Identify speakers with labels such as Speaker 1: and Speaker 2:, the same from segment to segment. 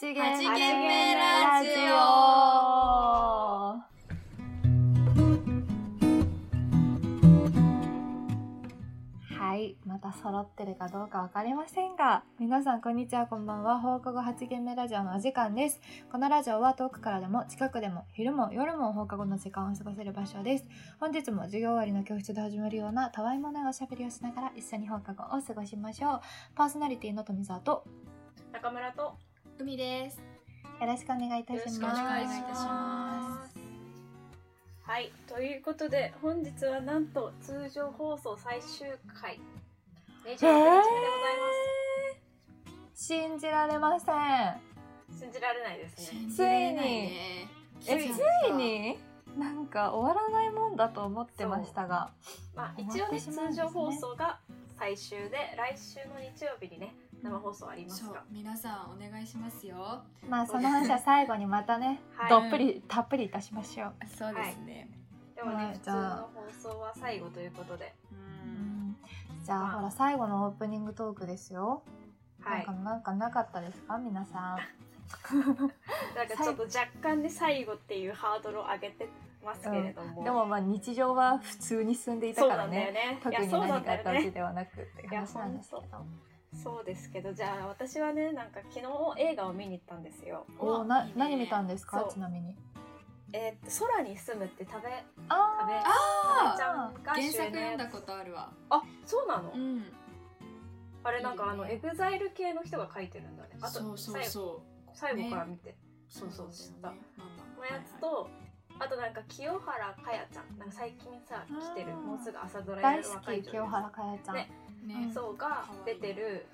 Speaker 1: 限目ラジオ
Speaker 2: はい、また揃ってるかどうかわかりませんが、皆さんこんにちは、こんばんは。放課後8限目ラジオのお時間です。このラジオは遠くからでも近くでも昼も夜も放課後の時間を過ごせる場所です。本日も授業終わりの教室で始まるようなたわいもないおしゃべりをしながら一緒に放課後を過ごしましょう。パーソナリティの富澤と
Speaker 3: 中村と
Speaker 1: 海です。。
Speaker 2: よろしくお願いいたします。
Speaker 3: よろしくお願いいたしますはいということで本日はなんと通常放送最終回26日目でござい
Speaker 2: 信じられません。
Speaker 3: ます、信じられないですね
Speaker 2: じられない
Speaker 1: ね
Speaker 2: ねえついになんか終わらないもんだと思ってましたが
Speaker 3: まあ
Speaker 2: 終
Speaker 3: 一
Speaker 2: わ
Speaker 3: 応
Speaker 2: っ
Speaker 3: ね
Speaker 2: てしまうんで
Speaker 3: 通
Speaker 2: すね
Speaker 3: 常放送が最終で来週の日曜日にね生放送あります
Speaker 1: そう
Speaker 3: が、
Speaker 1: 皆さんお願いしますよ。
Speaker 2: まあその話は最後にまたね
Speaker 3: はい
Speaker 2: どっぷりたっぷりいたしましょう、
Speaker 1: そうですね。
Speaker 3: でも
Speaker 2: は
Speaker 3: ね
Speaker 2: い
Speaker 3: 普通の放送は最後ということで
Speaker 1: うん
Speaker 2: じゃあほら最後のオープニングトークですよ、
Speaker 3: は
Speaker 2: なん
Speaker 3: い
Speaker 2: かなんかなかったですか皆さん
Speaker 3: なんかちょっと若干ね最後っていうハードルを上げてますけれども、
Speaker 2: でもまあ日常は普通に進んでいた
Speaker 3: そう
Speaker 2: か
Speaker 3: な
Speaker 2: ら
Speaker 3: んだ
Speaker 2: ね
Speaker 3: よねい
Speaker 2: 特
Speaker 3: や
Speaker 2: に
Speaker 3: そうな
Speaker 2: 何
Speaker 3: ん
Speaker 2: かあっ
Speaker 3: だよ
Speaker 2: たわ
Speaker 3: ね
Speaker 2: けではなくって
Speaker 3: いや
Speaker 2: 話なんですけど
Speaker 3: そうですけどじゃあ私はねなんか昨日映画を見に行ったんですよ。
Speaker 2: おーない
Speaker 1: いね
Speaker 2: 何見たんですか
Speaker 3: そう
Speaker 2: ちなみに
Speaker 3: えー空に住むって食べ食
Speaker 2: あ
Speaker 3: べ
Speaker 2: ー
Speaker 3: 食べ
Speaker 1: あ
Speaker 3: ちゃんが
Speaker 1: あ、
Speaker 3: 主
Speaker 1: 原
Speaker 3: 演
Speaker 1: 作読んだ
Speaker 3: のやつ
Speaker 1: ことあるわ。
Speaker 3: あそうなの、
Speaker 1: うん。
Speaker 3: あれなんかあの
Speaker 1: いい
Speaker 3: エ
Speaker 1: ね
Speaker 3: グザイル系の人が書いてるんだねあと
Speaker 1: そうそうそう。
Speaker 3: 最後最後から
Speaker 1: ね
Speaker 3: 見て、そうそう知った
Speaker 1: なんだよね
Speaker 3: のやつと、あとなんか清原かやちゃんなんか最近さ
Speaker 2: ー
Speaker 3: 来てるもうすぐ朝ドラや
Speaker 2: 大
Speaker 3: る
Speaker 2: 好
Speaker 3: 若い
Speaker 2: き
Speaker 3: 女優
Speaker 2: 清原かやちゃん、
Speaker 3: ね
Speaker 1: はいはいね。
Speaker 3: そうが
Speaker 1: かわい
Speaker 3: 出
Speaker 1: い
Speaker 3: てる、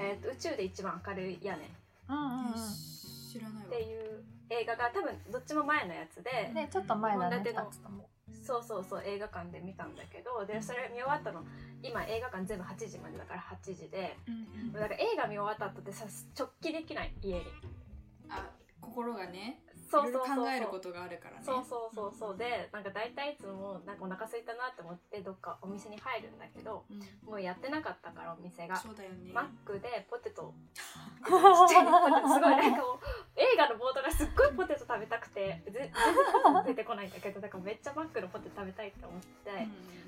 Speaker 3: えー、と宇宙で一番明るい屋根っ
Speaker 2: うんうんう
Speaker 1: えー知らないわ
Speaker 3: て。いう映画が多分どっちも前のやつで
Speaker 2: ん、ねちょっと前だね
Speaker 3: 本立ての
Speaker 2: 二つとも
Speaker 3: そうそうそう映画館で見たんだけどでそれ見終わったの今映画館全部8時までだから8時で
Speaker 1: うんうん
Speaker 3: だから映画見終わった後ってさ直帰できない家に
Speaker 1: あ、心がね、い
Speaker 3: そう
Speaker 1: ろいう
Speaker 3: そそ
Speaker 1: ろ考
Speaker 3: うそう
Speaker 1: えることがあるからね。
Speaker 3: そうそうそうそうでなんか大体いつもなんかお腹空いたなって思ってどっかお店に入るんだけど
Speaker 1: うん。
Speaker 3: もうやってなかったからお店が
Speaker 1: そうだよね。
Speaker 3: マックでポ テトちっちゃいポテトすごいなんかもう映画の冒頭がすっごいポテト食べたくてぜ全然ポテト出てこないんだけどだからめっちゃマックのポテト食べたいって思って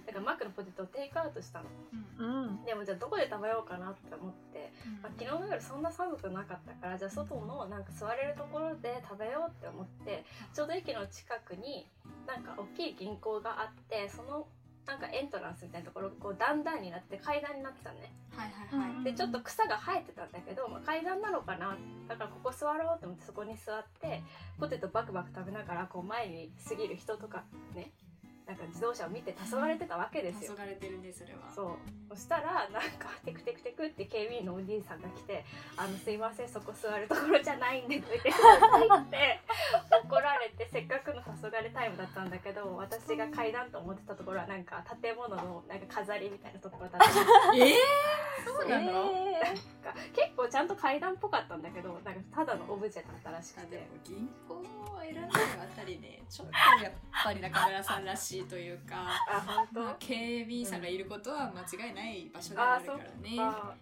Speaker 3: だからマックのポテトをテイクアウトしたの
Speaker 1: うん
Speaker 2: うん
Speaker 3: でもじゃあどこで食べようかなって思って、
Speaker 1: うん
Speaker 3: まあ、昨日の夜そんな寒くなかったからじゃあ外のなんか座れるところで食べようって思ってちょうど駅の近くになんか大きい銀行があってそのなんかエントランスみたいなところこう段々になって階段になってたのね
Speaker 1: はいはいはい。
Speaker 2: うん
Speaker 3: でちょっと草が生えてたんだけど、まあ、階段なのかなだからここ座ろうと思ってそこに座ってポテトバクバク食べながらこう前に過ぎる人とかねなんか自動車を見て黄昏れてたわけですよ
Speaker 1: 黄。昏れてるねそれは。
Speaker 3: そうそしたらなんかテクテクテクって警備員のお兄さんが来て「あのすいませんそこ座るところじゃないんで」どいてくださいって怒られてせっかくの黄昏タイムだったんだけど私が階段と思ってたところはなんか建物のなんか飾りみたいなところだった
Speaker 1: ええそうなの？
Speaker 2: えー
Speaker 3: か結構ちゃんと階段っぽかったんだけどなんかただのオブジェだったらしく
Speaker 1: あでも
Speaker 3: て
Speaker 1: 銀行を選んでるあたりねちょっとやっぱり中村さんらしいというか、
Speaker 3: あ本当
Speaker 1: まあ、警備員さんがいることは間違いない場所ではあるからね。
Speaker 3: ま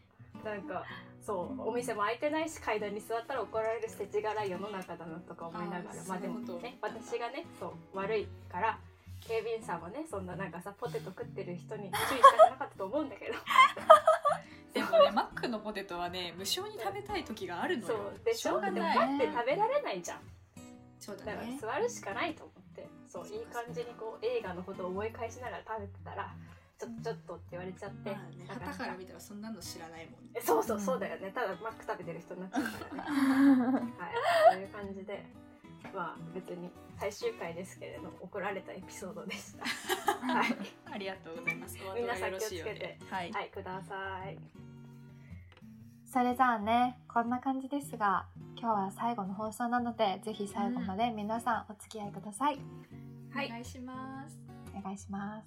Speaker 3: あなんかそうお店も開いてないし階段に座ったら怒られる世知辛い世の中だなとか思いながら
Speaker 1: あー
Speaker 3: まあでも
Speaker 1: そういうこと
Speaker 3: ね私がねそう悪いから警備員さんもねそんななんかさポテト食ってる人に注意したくなかったと思うんだけど
Speaker 1: でもねマックのポテトはね無償に食べたい時があるの
Speaker 3: そ
Speaker 1: よ。
Speaker 3: うでしょ
Speaker 1: うが
Speaker 3: でも
Speaker 1: ない。
Speaker 3: パって食べられないじゃん
Speaker 1: そうだ
Speaker 3: だから
Speaker 1: ね。
Speaker 3: 座るしかないと思ってそういい感じにこう映画のことを思い返しながら食べてたらちょっとちょっとって言われちゃって
Speaker 1: まあね、
Speaker 3: なん
Speaker 1: 旗
Speaker 3: か
Speaker 1: から見たらそんなの知らないもんね。
Speaker 3: えそうそうそうだよねただマック食べてる人になっちゃうからねはい、そういう感じで、まあ別に最終回ですけれど怒られたエピソードでした。はい、
Speaker 1: ありがとうございます。お
Speaker 3: みんな
Speaker 1: 後がよろしいよう
Speaker 3: さっきをつ
Speaker 1: で。はい。
Speaker 3: はい、ください。
Speaker 2: それじゃあねこんな感じですが今日は最後の放送なのでぜひ最後まで皆さんお付き合いください、
Speaker 3: はい
Speaker 1: お願いします。
Speaker 2: お願いします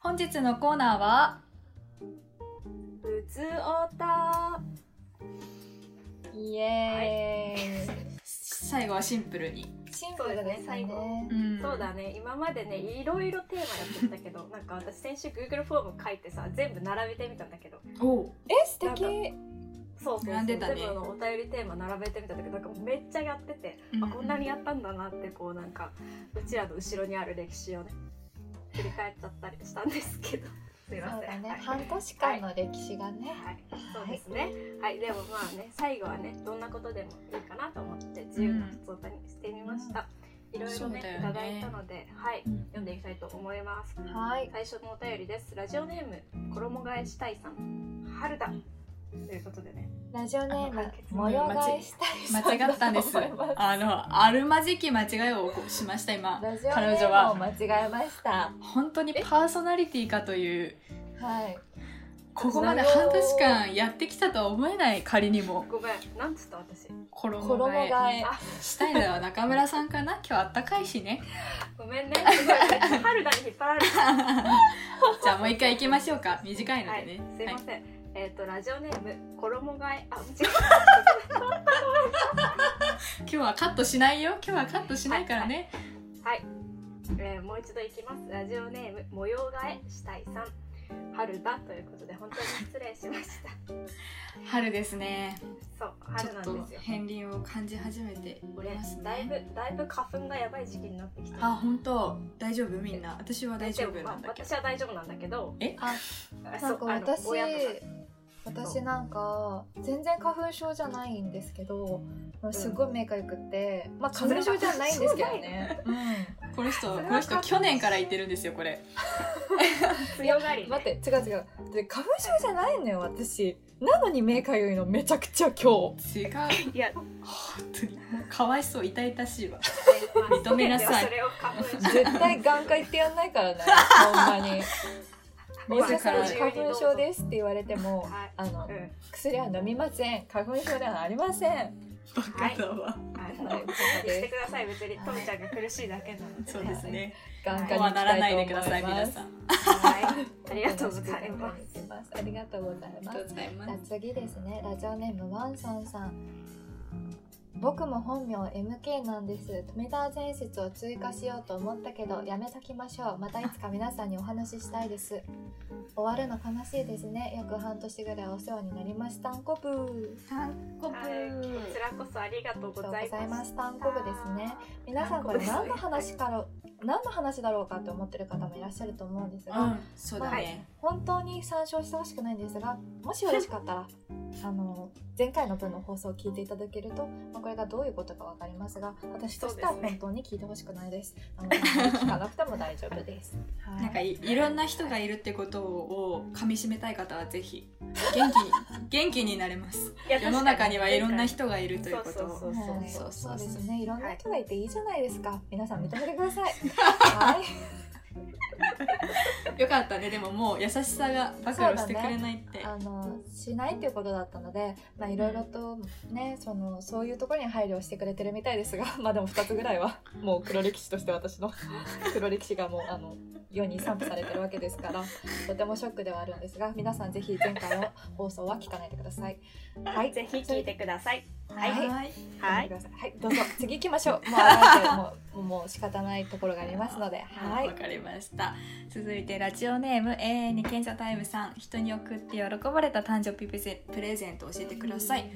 Speaker 1: 本日のコーナーは
Speaker 3: うつおた。
Speaker 2: イエーイ、
Speaker 1: 最後はシンプルに
Speaker 2: シンプルですね
Speaker 3: そうですね最後
Speaker 1: ん
Speaker 3: そうだね今までねいろいろテーマやってたけどなんか私先週 Google フォーム書いてさ全部並べてみたんだけど
Speaker 1: おう
Speaker 2: え素敵
Speaker 3: そうそうそう
Speaker 1: 並んでたね
Speaker 3: 全部のお便りテーマ並べてみたんだけどなんかめっちゃやってて、あこんなにやったんだなってこうなんかうちらの後ろにある歴史をね振り返っちゃったりしたんですけどすい
Speaker 2: そ
Speaker 3: ま
Speaker 2: う
Speaker 3: せん
Speaker 2: だ
Speaker 3: は
Speaker 2: ね
Speaker 3: い
Speaker 2: 半年間の歴史がね、
Speaker 3: はい、そうですね。はい、でもまあね、最後はね、どんなことでもいいかなと思って自由な普通歌にしてみました。いろいろね
Speaker 1: そうだよね
Speaker 3: いただいたので、はい、
Speaker 1: うん
Speaker 3: 読んでいきたいと思います。
Speaker 2: はい
Speaker 3: 最初のお便りです。ラジオネーム衣替えしたいさん、春だということでね。
Speaker 2: ラジオネーム模様替えしたいさん
Speaker 1: 間違ったんです
Speaker 2: だと思います
Speaker 1: あのあるまじき間違いをしました今
Speaker 2: ラジオネ
Speaker 1: 彼女
Speaker 2: ー
Speaker 1: は
Speaker 2: ムを間違えました
Speaker 1: 本当にパーソナリティかという
Speaker 2: はい
Speaker 1: ここまで半年間やってきたとは思えない仮にも
Speaker 3: ごめん、なんつった私。
Speaker 1: 衣
Speaker 2: 衣
Speaker 1: 替え
Speaker 2: 替え
Speaker 3: あ、
Speaker 1: したいのは中村さんかな今日あったかいしね
Speaker 3: ごめんね。すごい春だに引っ張ら れて。
Speaker 1: じゃあもう一回行きましょう か短いの
Speaker 3: は
Speaker 1: でね、、
Speaker 3: いすいません。えっ、とラジオネーム衣替え、あ、間違えた
Speaker 1: 今日はカットしないよ今日はカットしないからね、
Speaker 3: はい、えーもう一度いきますラジオネーム模様替えしたいさん春だということで本当に失礼しました
Speaker 1: 春ですね
Speaker 3: そう
Speaker 1: ちょ
Speaker 3: 春
Speaker 1: っ
Speaker 3: なん
Speaker 1: と
Speaker 3: ですよ
Speaker 1: 片鱗を感じ始めておりますね
Speaker 3: だいぶだいぶ花粉がやばい時期になってきて
Speaker 1: あ本当大丈夫みんな私は大丈夫なんだけ
Speaker 3: でもまあ私は大丈夫なんだけど
Speaker 1: え
Speaker 2: あ
Speaker 3: そ
Speaker 2: な
Speaker 3: うん
Speaker 2: か
Speaker 3: あの
Speaker 2: 私
Speaker 3: 親とか
Speaker 2: 私なんか全然花粉症じゃないんですけどすごい目がよくて、まあ花粉症じゃないんですけどね、
Speaker 1: どこの人
Speaker 3: それは
Speaker 1: この人
Speaker 3: カット
Speaker 1: 去年から言ってるんですよこれ
Speaker 3: 強がり、
Speaker 2: う
Speaker 3: ね、
Speaker 2: ん、待って違う違うで花粉症じゃないのよ私なのに目かゆいのめちゃくちゃ今日
Speaker 1: 違う
Speaker 3: いや
Speaker 1: 本当にもうかわいそう痛々しいわ認
Speaker 3: 認
Speaker 1: めなさい
Speaker 3: それを花粉症
Speaker 2: 絶対眼科行ってやんないからねほんまに「
Speaker 1: 自ら
Speaker 2: 水さん花粉症です」って言われても
Speaker 3: はい
Speaker 2: あの
Speaker 3: うん
Speaker 2: 薬は飲みません花粉症ではありません
Speaker 1: バカだわ、
Speaker 3: あの
Speaker 2: はい
Speaker 3: してください別にトムちゃんが苦しいだけな ので
Speaker 1: そうですね
Speaker 2: 眼科に
Speaker 1: こう
Speaker 2: 行
Speaker 1: は
Speaker 2: き
Speaker 1: ならな
Speaker 2: た
Speaker 1: いで
Speaker 2: い
Speaker 1: く
Speaker 2: と思
Speaker 1: ださい
Speaker 2: いま
Speaker 1: 皆
Speaker 2: す
Speaker 1: さん
Speaker 3: はいありがとうございます
Speaker 2: すありがとうござい
Speaker 1: あり
Speaker 2: ま
Speaker 1: がと
Speaker 2: す
Speaker 1: うございま
Speaker 2: じゃあ
Speaker 1: す
Speaker 2: 次ですねラジオネームワンソンさん僕も本名 MK なんです富田前説を追加しようと思ったけどやめときましょうまたいつか皆さんにお話ししたいです終わるの悲しいですね約半年ぐらいお世話になりましたんこぶー
Speaker 1: 韓国
Speaker 3: はいこちらこそありがとうござい
Speaker 2: ありがとうござい
Speaker 3: ま
Speaker 2: ますすたんこぶですね皆さんこれ何の話から、何の話だろうかって思ってる方もいらっしゃると思うんですが、
Speaker 1: うんそうだ
Speaker 3: はい
Speaker 1: ね、
Speaker 2: 本当に参照してほしくないんですがもしよろしかったらあの前回の分の放送を聞いていただけると、まあ、これがどういうことかわかりますが私としては
Speaker 3: そうです
Speaker 2: 本
Speaker 3: ね
Speaker 2: 当に聞いてほしくないですあの聞かなくても大丈夫です、はい、
Speaker 1: なんかいいろんな人がいるってことを噛みしめたい方はぜひ元気に元気になれます
Speaker 3: いや
Speaker 1: 世の中にはいろんな
Speaker 3: 確
Speaker 1: 人がいるという
Speaker 3: か
Speaker 1: こ
Speaker 3: に
Speaker 1: と
Speaker 3: そ
Speaker 1: を
Speaker 3: うそうそう
Speaker 2: も
Speaker 3: そう
Speaker 2: う
Speaker 1: そ
Speaker 2: そうう
Speaker 1: そうそう
Speaker 2: ですねいろんな人がいていいじゃないですか皆さん認めてくださいはい
Speaker 1: よかったねでももう優しさが暴露してくれないって、
Speaker 2: あのしないっていうことだったのでまあいろいろとねそのそういうところに配慮してくれてるみたいですが まあでも2つぐらいはもう黒歴史として私の 黒歴史がもうあの世に散布されてるわけですからとてもショックではあるんですが皆さんぜひ前回の放送は聞かないでください。はい
Speaker 3: ぜひ聞いてください
Speaker 2: はい
Speaker 3: はい
Speaker 1: はい
Speaker 2: は、
Speaker 3: はいい
Speaker 2: くださいはい、どうぞ次行きましょう。もうあなたもうもう仕方ないところがありますので、は
Speaker 1: はい、
Speaker 2: い
Speaker 1: わ。かりました。続いてラジオネーム永遠に賢者タイムさん、人に送って喜ばれた誕生日プレゼプレゼントを教えてください。。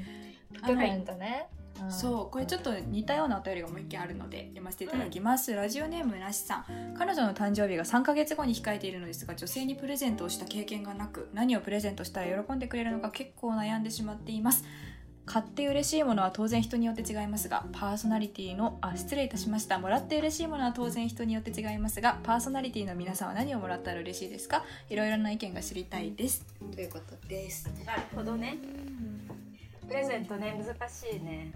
Speaker 2: プレゼントね。うん
Speaker 1: そう、これちょっと似たようなお便りがもう一件あるので読ませていただきます。ラジオネームなしさん、彼女の誕生日が3ヶ月後に控えているのですが、女性にプレゼントをした経験がなく、何をプレゼントしたら喜んでくれるのか結構悩んでしまっています。買って嬉しいものは当然人によって違いますがパーソナリティのあ失礼いたしましたもらって嬉しいものは当然人によって違いますがパーソナリティの皆さんは何をもらったら嬉しいですかいろいろな意見が知りたいですということです
Speaker 3: なるほどねプレゼントね難しいね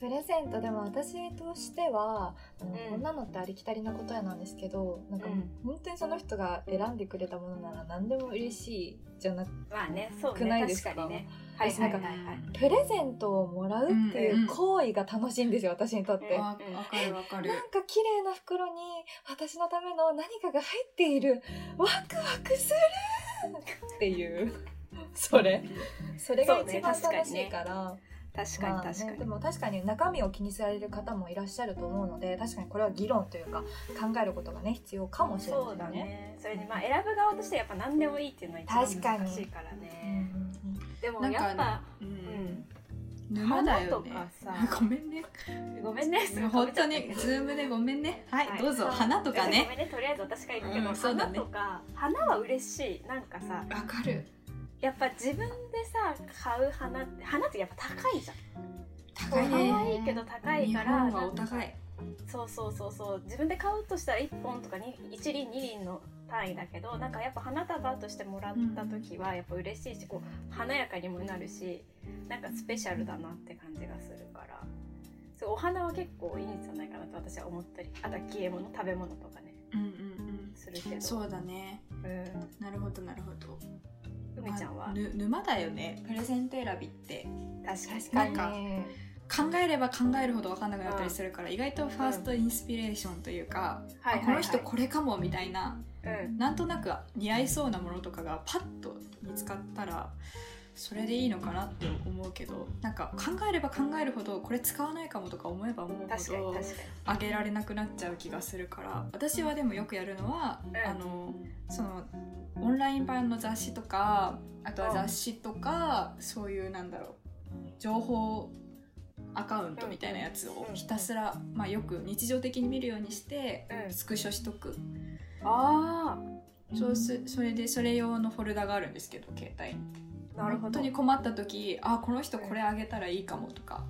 Speaker 2: プレゼントでも私としては、あの
Speaker 3: うん
Speaker 2: こんなのってありきたりなことやなんですけどなんかもう
Speaker 3: うん
Speaker 2: 本当にその人が選んでくれたものなら何でも嬉しいじゃなく
Speaker 3: まあねそう
Speaker 2: 少な
Speaker 3: ね
Speaker 2: いですか
Speaker 3: 確かにねはい
Speaker 2: 私な
Speaker 3: は
Speaker 2: いん
Speaker 3: は
Speaker 2: か
Speaker 3: いはい
Speaker 2: プレゼントをもらうって
Speaker 1: う
Speaker 2: い
Speaker 1: んうん
Speaker 2: う行為が楽しいんですよ、私にとって。
Speaker 3: うん
Speaker 2: なん
Speaker 1: わわかるわかる
Speaker 2: か綺麗な袋に私のための何かが入っているワクワクするっていうそれそれが
Speaker 1: そうね
Speaker 2: 一番
Speaker 1: 確か
Speaker 2: 楽
Speaker 1: に
Speaker 2: し
Speaker 1: ね
Speaker 2: いから、
Speaker 1: 確かに
Speaker 2: まあ
Speaker 1: 確か
Speaker 2: ね、
Speaker 1: に、
Speaker 2: でも確かに中身を気にされる方もいらっしゃると思うので確かにこれは議論というか考えることがね必要かもしれ
Speaker 3: そう
Speaker 2: な
Speaker 3: だ
Speaker 2: いね。
Speaker 3: ねそれにまあ選ぶ側としてやっぱ何でもいいっていうのは一
Speaker 2: 確か
Speaker 3: 番
Speaker 2: に
Speaker 3: 難しいから
Speaker 2: う
Speaker 3: ね
Speaker 2: ん
Speaker 3: でも
Speaker 1: なんか
Speaker 3: やっぱ
Speaker 1: う、
Speaker 3: うんん
Speaker 1: 沼だよね
Speaker 3: 花とかさ
Speaker 1: ごめんね
Speaker 3: ごめんね
Speaker 1: 本当にズームでごめんねはい、どうぞ花とか
Speaker 3: ごめ
Speaker 1: ね
Speaker 3: んねとりあえず私が言うけど、
Speaker 1: うんそうだ
Speaker 3: 花
Speaker 1: ね
Speaker 3: とか花は嬉しいなんかさ
Speaker 1: わかる
Speaker 3: やっぱ自分でさ買う花って花ってやっぱ高いじゃん
Speaker 1: 高
Speaker 3: 可
Speaker 1: い
Speaker 2: そう
Speaker 1: ね
Speaker 3: 愛いけど高い
Speaker 1: 日
Speaker 3: から
Speaker 1: 本はお高い
Speaker 3: そうそうそうそう自分で買うとしたら1本とかに1輪2輪の単位だけどなんかやっぱ花束としてもらった時はやっぱ嬉しいしこう華やかにもなるしなんかスペシャルだなって感じがするからそうお花は結構いいんじゃないかなと私は思ったりあとは消え物食べ物とかね
Speaker 1: うんうん
Speaker 3: するけ
Speaker 1: うん
Speaker 3: ど
Speaker 1: そうだね
Speaker 3: うん
Speaker 1: なるほどなるほど
Speaker 3: 梅ちゃん
Speaker 1: まあ
Speaker 3: は
Speaker 1: ぬ沼だよねプレゼント選びって
Speaker 3: 確かに
Speaker 2: 確
Speaker 1: な
Speaker 2: か
Speaker 1: ん
Speaker 2: に
Speaker 1: か
Speaker 2: ね
Speaker 1: 考えれば考えるほど分かんなくなったりするから、意外とファーストインスピレーションというか、
Speaker 3: はいはいはい
Speaker 1: あこの人これかもみたいな
Speaker 3: うん
Speaker 1: なんとなく似合いそうなものとかがパッと見つかったらそれでいいのかなって思うけどなんか考えれば考えるほどこれ使わないかもとか思えば思う
Speaker 3: 確かに
Speaker 1: ほど
Speaker 3: 確か
Speaker 1: あげられなくなっちゃう気がするから私はでもよくやるのは、
Speaker 3: うん
Speaker 1: あのそのオンライン版の雑誌とかあとは雑誌とか、そういうなんだろう情報アカウントみたいなやつを
Speaker 3: うん
Speaker 1: ひたすら、まあ、よく日常的に見るようにして
Speaker 3: にうん
Speaker 1: スクショしとく
Speaker 3: あ
Speaker 1: そうすそれでそれ用のフォルダがあるんですけど携帯に
Speaker 3: あなるほ
Speaker 1: 本
Speaker 3: ど
Speaker 1: 当に困った時あこの人これあげたらいいかもとか、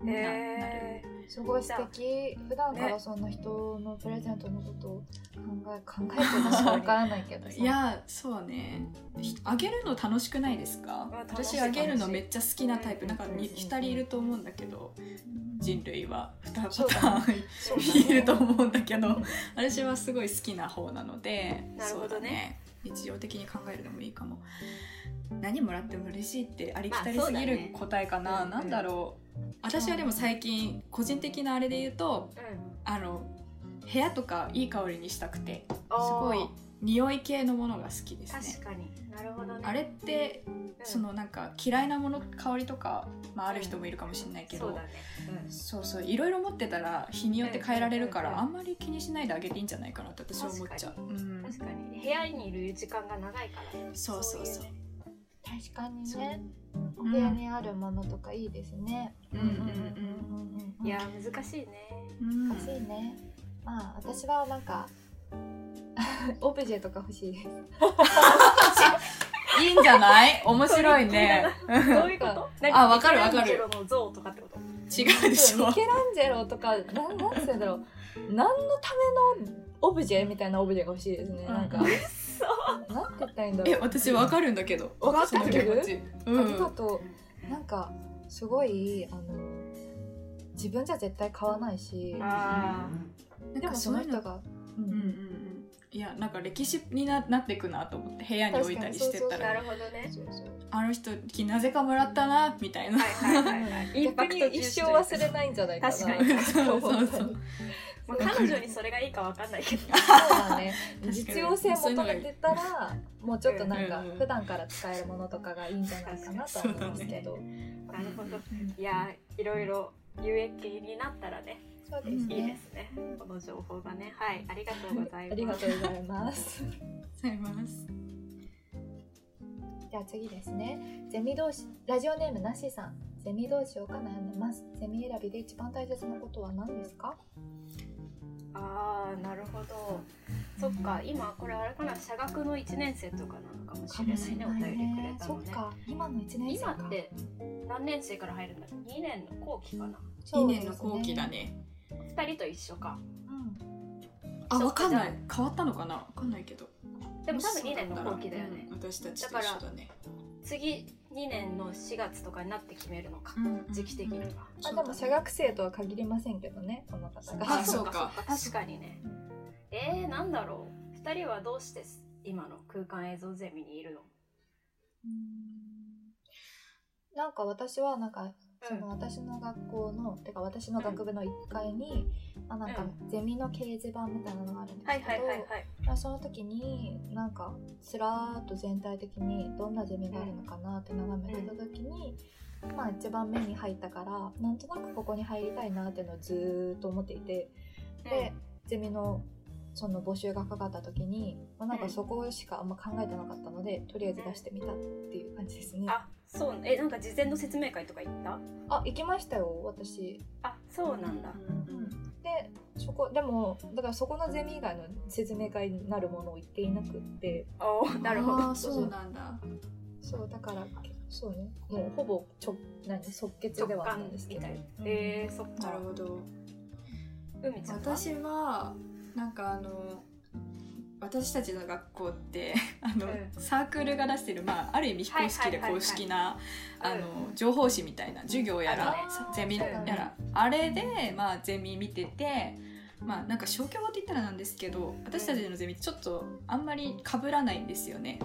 Speaker 1: ななる
Speaker 3: え
Speaker 2: すごい素敵普段からそんな人のプレゼントのことを考え考えてるのしかわからないけど
Speaker 1: いやそうねひあげるの楽しくないですか
Speaker 3: あ楽し
Speaker 1: 私
Speaker 3: い
Speaker 1: あげるのめっちゃ好きなタイプ
Speaker 3: 楽
Speaker 1: なんか
Speaker 3: しいうんうんうん
Speaker 1: に2人いると思うんだけど人類は
Speaker 2: そ
Speaker 1: 2
Speaker 2: う
Speaker 1: パタ
Speaker 2: だ
Speaker 1: ーン
Speaker 3: そうだ
Speaker 1: いると思うんだけど私はすごい好きな方なので
Speaker 3: なるほ
Speaker 1: そう
Speaker 3: どね
Speaker 1: だ日常的に考えるのもいいかも何もらっても嬉しいってありきたり
Speaker 3: まあ
Speaker 1: す
Speaker 3: そうだ
Speaker 1: ぎ
Speaker 3: ね
Speaker 1: る答えかな、
Speaker 3: うんうん
Speaker 1: なんだろう私はでも最近個人的なあれで言うと
Speaker 3: ーうん
Speaker 1: あの部屋とかいい香りにしたくて す
Speaker 3: あー
Speaker 1: ごい匂い系のものが好きですね
Speaker 3: 確かになるほどね
Speaker 1: あれって
Speaker 3: うん
Speaker 1: そのなんか嫌いなもの香りとか、まあ、ある人もいるかもしれないけど、
Speaker 3: そうだねうん
Speaker 1: そうそういろいろ持ってたら日によって変えられるか
Speaker 3: うん
Speaker 1: ら
Speaker 3: うん
Speaker 1: あ
Speaker 3: うん
Speaker 1: んまり気にしないであげていいんじゃないかなって私は思っちゃう、うん、
Speaker 3: 確かに部屋にいる時間が長いからね
Speaker 1: そうそうそう
Speaker 3: いね
Speaker 2: 確かに
Speaker 1: そう
Speaker 2: ねお
Speaker 1: う
Speaker 2: 部屋
Speaker 1: ん
Speaker 2: にあるものとかいいですね
Speaker 1: うんうんうん
Speaker 2: うんうんうん
Speaker 3: いやー難しい ね
Speaker 1: うん
Speaker 2: 欲しいねまあ私はなんか オブジェとか欲しいです
Speaker 1: いいんじゃない面白いね
Speaker 3: どういうことなん
Speaker 1: あわかるわかる
Speaker 3: ミケランジェロの像とかってこと
Speaker 1: 違うでし
Speaker 2: そう
Speaker 1: ょ
Speaker 2: ミケランジェロとかなんなんて言うんだろう何のためのオブジェみたいなオブジェが欲しいですね、
Speaker 1: うん
Speaker 2: なんか
Speaker 1: う
Speaker 2: なんて言ったらいいんだろ
Speaker 1: え
Speaker 2: う
Speaker 1: 私わかるんだけど
Speaker 2: わかる
Speaker 1: その気持ちう
Speaker 2: ありが
Speaker 1: ん
Speaker 2: とうなんかすごいあの自分じゃ絶対買わないし
Speaker 3: あ
Speaker 1: なん
Speaker 2: で
Speaker 1: か
Speaker 2: もそ
Speaker 1: そう
Speaker 2: の
Speaker 1: いう
Speaker 2: 人
Speaker 1: の
Speaker 2: が
Speaker 1: うんうんうんいやなんか歴史にななってくなと思って部屋に置いたりして
Speaker 2: 確か
Speaker 1: た
Speaker 2: に
Speaker 3: な
Speaker 1: ら
Speaker 3: るほどね
Speaker 2: そうそう
Speaker 1: あの人昨日なぜかもらったなみたいな
Speaker 3: はいはいはいはい
Speaker 2: 逆に一生忘れないんじゃないかな
Speaker 3: 確 かに
Speaker 1: そうそうそう
Speaker 3: まあ彼女にそれがいいかわかんない けど
Speaker 2: そうだ ね
Speaker 1: 確かに
Speaker 2: 実用性求めてたらもうちょっとなんか
Speaker 1: うんうん
Speaker 2: 普段から使えるものとかがいいんじゃないかなとは思いますけど
Speaker 3: なるほどいやーいろいろ有益になったらね
Speaker 2: そうです
Speaker 3: いいで
Speaker 2: ね
Speaker 3: すねこの情報がねはいありがとうございます
Speaker 2: ありがとうございます
Speaker 1: ございます
Speaker 2: じゃあ次ですねゼミ同士ラジオネームなしさんゼミ同士をか悩んでますゼミ選びで一番大切なことは何ですか
Speaker 3: ああなるほどそっか今これあれかな社学の1年生とかなのかもしれないねお便りくれた
Speaker 2: そ
Speaker 3: の
Speaker 2: っ
Speaker 3: ね
Speaker 2: か今の一年生
Speaker 3: 今
Speaker 2: か
Speaker 3: って何年生から入るんだろう2年の後期かな
Speaker 1: 2年の後期だね
Speaker 3: 2人と一緒か
Speaker 2: うん
Speaker 1: あ
Speaker 3: そ
Speaker 1: わ
Speaker 3: っか
Speaker 1: かんない
Speaker 3: じ
Speaker 1: 変わったのかなわかんないけど
Speaker 3: でも多分2年の後期だよね
Speaker 1: うん私たちと一緒だね
Speaker 3: 次2年の4月とかになって決めるのか時期的には
Speaker 2: あでも社学生とは限りませんけどねこの方が
Speaker 1: あそうか
Speaker 3: そっ確かにねえー、なんだろう2人はどうして今の空間映像ゼミにいるの
Speaker 2: うーんなんか私はなんかその私の学校のてか私の学部の1階に、まあ、なんかゼミの掲示板みたいなのがあるんです
Speaker 3: はい
Speaker 2: けど、
Speaker 3: はいはいはい
Speaker 2: まあ、その時になんかすらーっと全体的にどんなゼミがあるのかなって眺めてた時に、まあ一番目に入ったからなんとなくここに入りたいなっていうのをずーっと思っていてで、ゼミのその募集がかかった時に、まあ、なんかそこしかあんま考えてなかったのでとりあえず出してみたっていう感じですね。
Speaker 3: あそうえなんか事前の説明会とか行った
Speaker 2: あ行きましたよ私
Speaker 3: あそうなんだ、
Speaker 2: でそこでもだからそこのゼミ以外の説明会になるものを言っていなくって
Speaker 3: おおなるほど
Speaker 1: あーそうなんだ
Speaker 2: そうだからそうねもうほぼちょ何即決で
Speaker 3: 直
Speaker 2: はあった
Speaker 3: 感
Speaker 2: んですけ
Speaker 3: み
Speaker 2: ど
Speaker 3: たいな、えー、そっか
Speaker 1: なるほど
Speaker 3: 海ちゃんは
Speaker 1: 私はなんかあの私たちの学校って あの、
Speaker 3: うん
Speaker 1: サークルが出してる、まあ、ある意味非公式で
Speaker 3: はいはいはいは
Speaker 1: 公
Speaker 3: い
Speaker 1: 式な、
Speaker 3: うん
Speaker 1: あの情報誌みたいな授業やら、
Speaker 3: あ
Speaker 2: ー
Speaker 1: ゼミ
Speaker 3: そ
Speaker 1: や
Speaker 3: うだ
Speaker 1: ら、
Speaker 3: ね
Speaker 1: あれで、まあ、ゼミ見てて。まあ、なんか消去法って言ったらなんですけど私たちのゼミってちょっとあんまり被らないんですよね。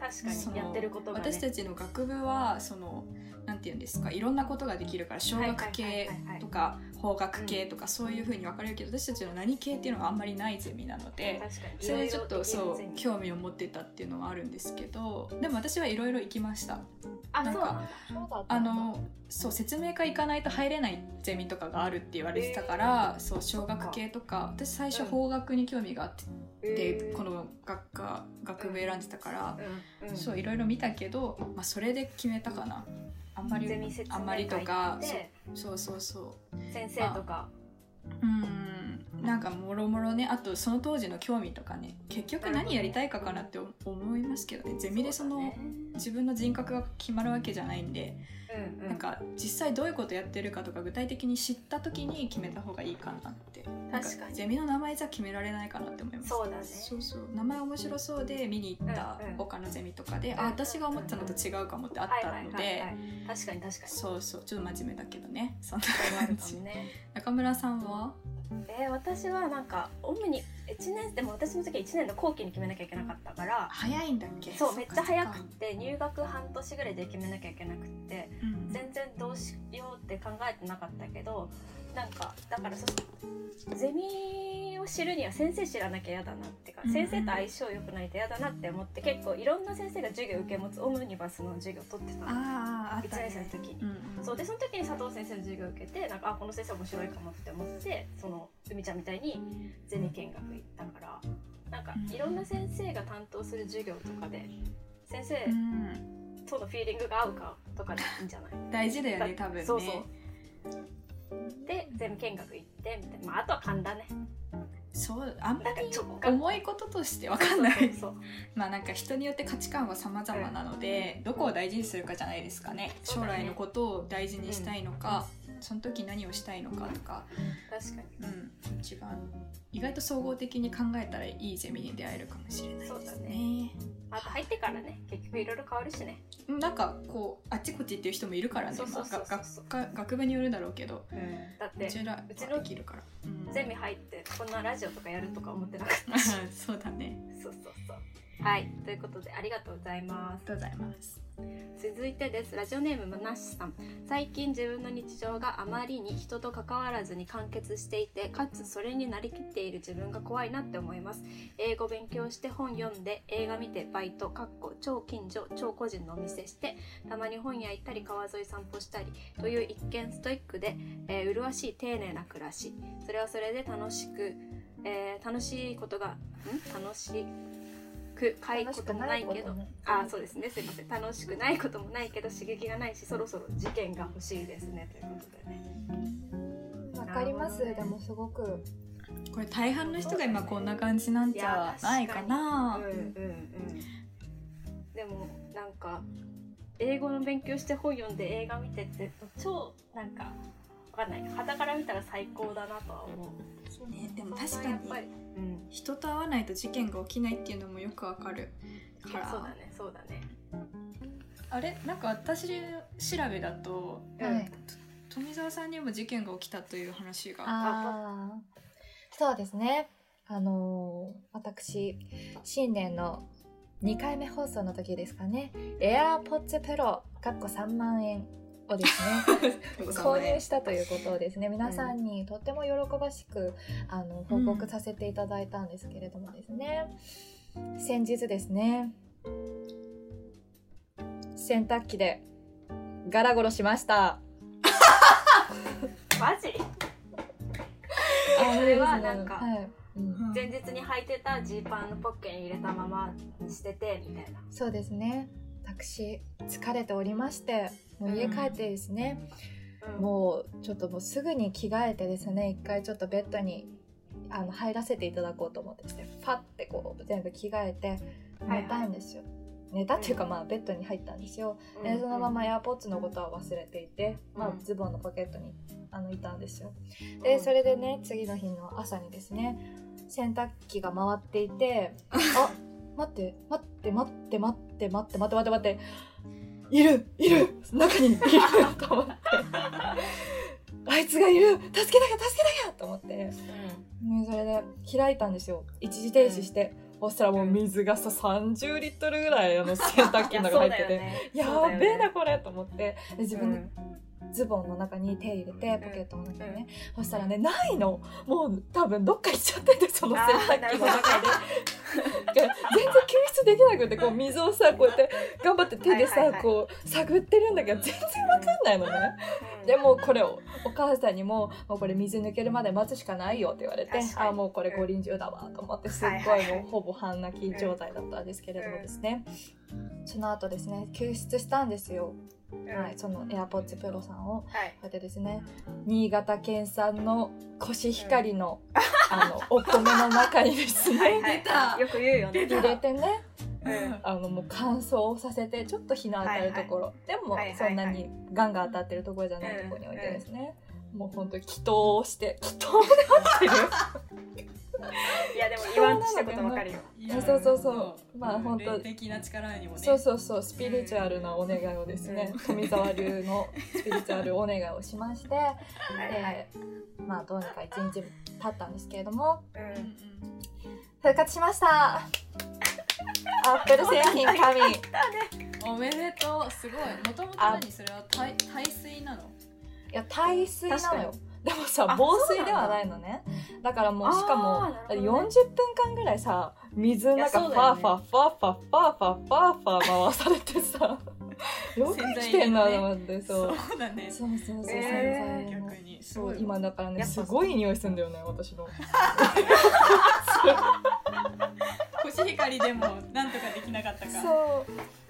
Speaker 3: 確か
Speaker 1: そ
Speaker 3: に
Speaker 1: の
Speaker 3: やってることが、ね、
Speaker 1: 私たちの学部はそのなんて言うんですかいろんなことができるから小学系
Speaker 3: はいはいはいはい
Speaker 1: とか法学系とかそういうふうに分かれるけど私たちの何系っていうのがあんまりないゼミなので
Speaker 3: 確かに
Speaker 1: それでちょっとそ
Speaker 3: いろいろできる
Speaker 1: う
Speaker 3: に
Speaker 1: 興味を持ってたっていうのはあるんですけどでも私はいろいろ行きました
Speaker 3: あ
Speaker 1: なん
Speaker 3: そう
Speaker 1: か
Speaker 3: なんだ
Speaker 2: そうだった
Speaker 1: あのそう説明会行かないと入れないゼミとかがあるって言われてたから、そう小学系とか私最初
Speaker 3: うん
Speaker 1: 法学に興味があって、
Speaker 3: えー
Speaker 1: この学科学部選んでたから、
Speaker 3: うんうん
Speaker 1: そういろいろ見たけど、まあ、それで決めたかなあんまり
Speaker 3: ゼミ説明
Speaker 1: あ
Speaker 3: 会
Speaker 1: んまりとか
Speaker 3: 行って
Speaker 1: そうそうそ
Speaker 3: 先生とか
Speaker 1: ううんなんかもろもろねあとその当時の興味とかね結局何やりたいかかなって思思いますけどねゼミでその
Speaker 3: うだね
Speaker 1: 自分の人格が決まるわけじゃないんで、
Speaker 3: うんうん
Speaker 1: なんか実際どういうことやってるかとか具体的に知った時に決めた方がいいかなってなん
Speaker 3: 確かに
Speaker 1: ゼミの名前じゃ決められないかなって思います
Speaker 3: そうだね
Speaker 1: そうそう名前面白そうで見に行った
Speaker 3: うんうん
Speaker 1: 他のゼミとかで、
Speaker 3: うん
Speaker 1: あ
Speaker 3: うん
Speaker 1: 私が思ってたのと違うかもってあっ
Speaker 3: はいは
Speaker 1: た
Speaker 3: い
Speaker 1: の
Speaker 3: はい
Speaker 1: で
Speaker 3: はい確かに確かに
Speaker 1: そうそうちょっと真面目だけどねそんな
Speaker 3: それはある
Speaker 1: 感
Speaker 3: か
Speaker 1: じ
Speaker 3: もね
Speaker 1: 中村さんは
Speaker 3: えー私はなんか主に1年でも私の時は1年の後期に決めなきゃいけなかったから
Speaker 1: 早いんだっけ
Speaker 3: そうめっちゃ早く
Speaker 1: そっか
Speaker 3: て入学半年ぐらいで決めなきゃいけなくって
Speaker 1: うん
Speaker 3: 全然どうしようって考えてなかったけどなんかだからそゼミを知るには先生知らなきゃ嫌だなってか
Speaker 1: うんうん
Speaker 3: 先生と相性良くないと嫌だなって思って結構いろんな先生が授業受け持つオムニバスの授業を取ってたの
Speaker 1: あーあーあっ
Speaker 3: 1
Speaker 1: たね
Speaker 3: 年生の時に
Speaker 1: う。んうん
Speaker 3: そうでその時に佐藤先生の授業を受けてなんかあこの先生面白いかもって思ってその海ちゃんみたいにゼミ見学行ったからなんかいろんな先生が担当する授業とかで先生
Speaker 1: うん
Speaker 3: とのフィーリングが合うかとかでいいんじゃない
Speaker 1: 大事だよね多分ね
Speaker 3: そうそうでゼミ見学行ってみたいな、まあ、あとは勘だね
Speaker 1: そうあんま
Speaker 3: なんか
Speaker 1: り
Speaker 3: 直感
Speaker 1: 重いこととしてわかんない
Speaker 3: そうそう
Speaker 1: まあなんか人によって価値観は様々なので、どこを大事にするかじゃないですかね
Speaker 3: そう
Speaker 1: 将
Speaker 3: だね
Speaker 1: 来のことを大事にしたいのか、その時何をしたいのかとか、
Speaker 3: 確か
Speaker 1: うん、一番意外と総合的に考えたらいいゼミに出会えるかもしれない
Speaker 3: そう
Speaker 1: で
Speaker 3: だ
Speaker 1: す
Speaker 3: ね
Speaker 1: ね。
Speaker 3: にまた入ってからね結局いろいろ変わるしね、
Speaker 1: うんなんかこうあっちこっちっていう人もいるからね
Speaker 3: そうそうそうそう
Speaker 1: まあが学科学部によるだろうけど
Speaker 3: だっ
Speaker 1: う
Speaker 3: て
Speaker 1: ちらは
Speaker 3: うちの
Speaker 1: できるから、うん
Speaker 3: ゼミ入ってこんなラジオとかやるとか思ってなかったし
Speaker 1: そうだね
Speaker 3: そうそうそう。はい、ということでありがとうございま
Speaker 1: ありがとうございます
Speaker 3: す。続いてです。ラジオネームむなしさん。最近自分の日常があまりに人と関わらずに完結していて、かつそれになりきっている自分が怖いなって思います。英語勉強して本読んで、映画見てバイト、かっこ超近所、超個人のお店して、たまに本屋行ったり川沿い散歩したりという一見ストイックで、えー麗しい丁寧な暮らし。それはそれで楽しく、えー楽しいことが、ん楽しく、かいこともないけど、あそうですねすいません楽しくないこともないけど刺激がないしそろそろ事件が欲しいですねということでね
Speaker 2: わかります、
Speaker 3: なるほどね
Speaker 2: でもすごく
Speaker 1: これ大半の人が今こんな感じなんじゃないかな
Speaker 3: うんうんうんでもなんか英語の勉強して本読んで映画見てって超なんかわかんない肌から見たら最高だなとは思う
Speaker 1: ねでも
Speaker 3: そん
Speaker 1: 確
Speaker 3: な
Speaker 1: か
Speaker 3: やっぱ
Speaker 1: に
Speaker 3: りうん
Speaker 1: 人と会わないと事件が起きないっていうのもよくわかる
Speaker 3: い
Speaker 1: か
Speaker 3: や
Speaker 1: ら
Speaker 3: そうだねそうだね
Speaker 1: あれなんか私調べだと
Speaker 3: うん
Speaker 2: はい
Speaker 1: 富澤さんにも事件が起きたという話が
Speaker 2: ああそうですねあのー私新年の2回目放送の時ですかね AirPods Pro かっこ3万円をですね 購入したということをですね皆さんにとっても喜ばしくあの報告させていただいたんですけれどもですね、先日ですね洗濯機でガラゴロしました
Speaker 3: マジ
Speaker 2: あ
Speaker 3: それはなんか
Speaker 2: はいうん、
Speaker 3: 前日に履いてたジーパンのポッケに入れたままにしててみたいな
Speaker 2: そうですね私疲れておりましてもう家帰ってですね、
Speaker 3: うん
Speaker 2: もうちょっともうすぐに着替えてですね一回ちょっとベッドにあの入らせていただこうと思ってですねパッてこう全部着替えて寝たんですよ、寝たっていうかまあベッドに入ったんですよ、
Speaker 3: うん
Speaker 2: でそのままエアポッツのことは忘れていて、まあ
Speaker 3: うん
Speaker 2: ズボンのポケットにあのいたんですよ
Speaker 3: うん
Speaker 2: でそれでね次の日の朝にですね洗濯機が回ってい て「あ待って待って待って待って待って待って待って待っているいる中にいる」と思って「あいつがいる助けなきゃ助けなきゃ!」と思って、ね、それで開いたんですよ一時停止して。そしたらもう水がさ30リットルぐらいあの洗濯
Speaker 3: い
Speaker 2: 機
Speaker 3: や
Speaker 2: の
Speaker 3: そ
Speaker 2: 中
Speaker 3: う
Speaker 2: に入
Speaker 3: だ
Speaker 2: ってて、
Speaker 3: よね
Speaker 2: や
Speaker 3: そうだ
Speaker 2: ー
Speaker 3: よ
Speaker 2: べ
Speaker 3: ね
Speaker 2: えなこれと思ってで自
Speaker 3: う
Speaker 2: 分の
Speaker 3: ん
Speaker 2: ズボンの中に手入れてポケットの中にね、そしたらねないのもう多分どっか行っちゃっててその洗濯機の中で全然救出できなくてこう水をさこうやって頑張って手でさ、
Speaker 3: はいはいはい
Speaker 2: こう探ってるんだけど全然わかんないのねでもうこれをお母さんにも「もうこれ水抜けるまで待つしかないよ」って言われて「
Speaker 3: 確かに
Speaker 2: あもうこれ五輪中だわ」と思ってすっご
Speaker 3: はいいはいは
Speaker 2: も
Speaker 3: いう
Speaker 2: ほぼ半泣き状態だったんですけれどもですねその後ですね救出したんですよ、
Speaker 3: うん
Speaker 2: はい、その AirPods Pro さんを。
Speaker 3: はい
Speaker 2: こうやってですね新潟県産のコシヒカリの,、あ のお米の中にですね
Speaker 3: はいはい
Speaker 1: 出た
Speaker 3: よく言うよね
Speaker 1: 出た
Speaker 2: 入れてね
Speaker 3: うん
Speaker 2: あのもう乾燥させてちょっと日の当たるところ、
Speaker 3: はい
Speaker 2: で
Speaker 3: は
Speaker 2: も
Speaker 3: い
Speaker 2: そんなにガンガン当たってるところじゃないところに置いてですね、もう本当に祈祷をして祈祷で合ってる
Speaker 3: いやでも言わんとしたことわかるよ
Speaker 1: い
Speaker 2: そうそうそうまあ本当
Speaker 1: 霊的な力にもね
Speaker 2: そうそうそうスピリチュアルなお願いをですね、
Speaker 3: う
Speaker 2: 富澤流のスピリチュアルお願いをしまして、
Speaker 3: はいはい
Speaker 2: でまあどうにか一日経ったんですけれども
Speaker 3: うん
Speaker 1: うん
Speaker 2: 復活しま した。アップル製品神。
Speaker 1: うんおめでとうすごいもともと
Speaker 2: あ
Speaker 1: 何それは耐耐水なの
Speaker 2: いや耐水なのよ
Speaker 3: 確。
Speaker 2: でもさ
Speaker 3: あ
Speaker 2: 防水ではないのね。だからもう
Speaker 3: あー
Speaker 2: しかも
Speaker 3: なるほどね
Speaker 2: 40分間ぐらいさ水の中
Speaker 3: いやそ
Speaker 2: フ
Speaker 3: うだよ
Speaker 2: ァー
Speaker 3: ね
Speaker 2: ファーファーファーファーファーファーファー回されて さよく生きてんなと思ってそう。
Speaker 1: そうだね
Speaker 2: そうそうそうそう。
Speaker 3: えー
Speaker 2: 洗剤の
Speaker 1: 逆にす
Speaker 2: そ
Speaker 1: ご
Speaker 2: う
Speaker 1: い
Speaker 2: 今だからね
Speaker 3: やっぱ
Speaker 2: すごい匂いすんだよね私の。
Speaker 1: コシヒカリでもなんとかできなかったか
Speaker 2: そう。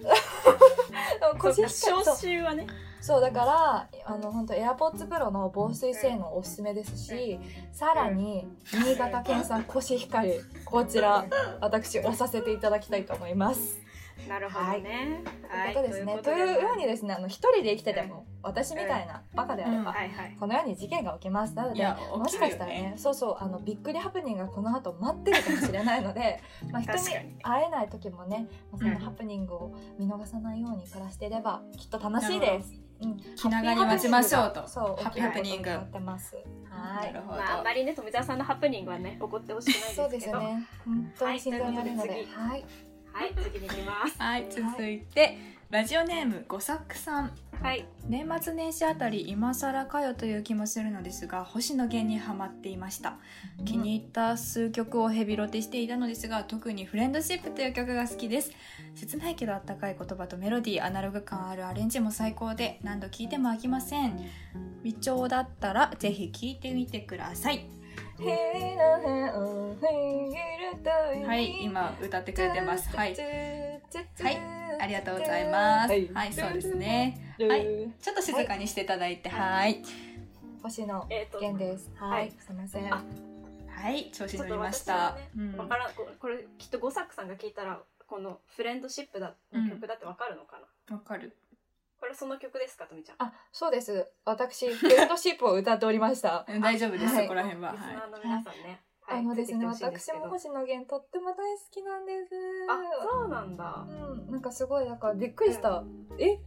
Speaker 2: でも
Speaker 3: そう
Speaker 2: 腰
Speaker 3: か
Speaker 2: そう
Speaker 3: 消臭はね
Speaker 2: そうだからあの本当 AirPods Pro の防水性能おすすめですし、さらに新潟県産コシヒカリこちら私押させていただきたいと思います。
Speaker 3: なるほどねはい
Speaker 2: ということですね。というようにですねあの一人で生きてても私みたいなバカであれば、
Speaker 3: はいはい
Speaker 2: このように事件が起きます。なの
Speaker 1: い
Speaker 2: で
Speaker 1: や
Speaker 2: もしかしたらねそうそうあのびっくりハプニングがこの後待ってるかもしれないのでまあ人に
Speaker 3: 確かに
Speaker 2: 会えない時もね、まあ、その
Speaker 1: うん
Speaker 2: ハプニングを見逃さないように暮らしていればきっと楽しいです。うん、
Speaker 1: 気長に待ちましょうと
Speaker 2: そう
Speaker 1: ハッピーハプニン
Speaker 2: 起
Speaker 1: グ
Speaker 2: きることになってます。は
Speaker 1: なる
Speaker 2: い。
Speaker 1: ほど、
Speaker 3: まああんまりね富澤さんのハプニングはね起こってほしく
Speaker 2: そ
Speaker 3: な
Speaker 2: う
Speaker 3: い
Speaker 2: で
Speaker 3: です
Speaker 2: す
Speaker 3: けど
Speaker 2: よね。本当
Speaker 3: は
Speaker 2: に
Speaker 3: い
Speaker 2: 心臓にあるので、
Speaker 3: と
Speaker 2: はいいう
Speaker 3: こ。はい次に行きます
Speaker 1: はい続いて、ラジオネーム五作さん
Speaker 3: はい
Speaker 1: 年末年始あたり今更かよという気もするのですが星野源にハマっていました気に入った数曲をヘビロテしていたのですが特に「フレンドシップ」という曲が好きです切ないけどあったかい言葉とメロディーアナログ感あるアレンジも最高で何度聴いても飽きません微調だったらぜひ聴いてみてくださいはい今歌ってくれてますはいはいありがとうございます
Speaker 2: はい
Speaker 1: はいそうですね
Speaker 2: す。
Speaker 1: はいちょっと静かにしていただいてはい
Speaker 2: 星野
Speaker 3: えっと
Speaker 2: 源です。
Speaker 3: は
Speaker 2: はい
Speaker 3: い。
Speaker 2: すみません。
Speaker 3: あ
Speaker 1: はい調子に乗りまし
Speaker 3: ちょ
Speaker 1: た
Speaker 3: っと私はね
Speaker 1: うん
Speaker 3: わからんここれきっと五作さんが聞いたらこのフレンドシップだ
Speaker 1: うん
Speaker 3: の曲だってわかるのかな
Speaker 1: わかる
Speaker 3: これその曲ですかとみちゃん
Speaker 2: あ、そうです。 私、フレンドシップを歌っておりました。
Speaker 1: うん大丈夫です
Speaker 2: はい
Speaker 1: そこら辺は
Speaker 3: リス
Speaker 1: はい
Speaker 3: ナーの皆さんねは
Speaker 2: あ
Speaker 3: い
Speaker 2: のですね、
Speaker 3: ついてきてほし
Speaker 2: 私
Speaker 3: いん
Speaker 2: も
Speaker 3: です
Speaker 2: 星野源とっても大好きなんです。
Speaker 3: けどあそうなんだ
Speaker 2: うん、なんかすごいなんかびっくりした、え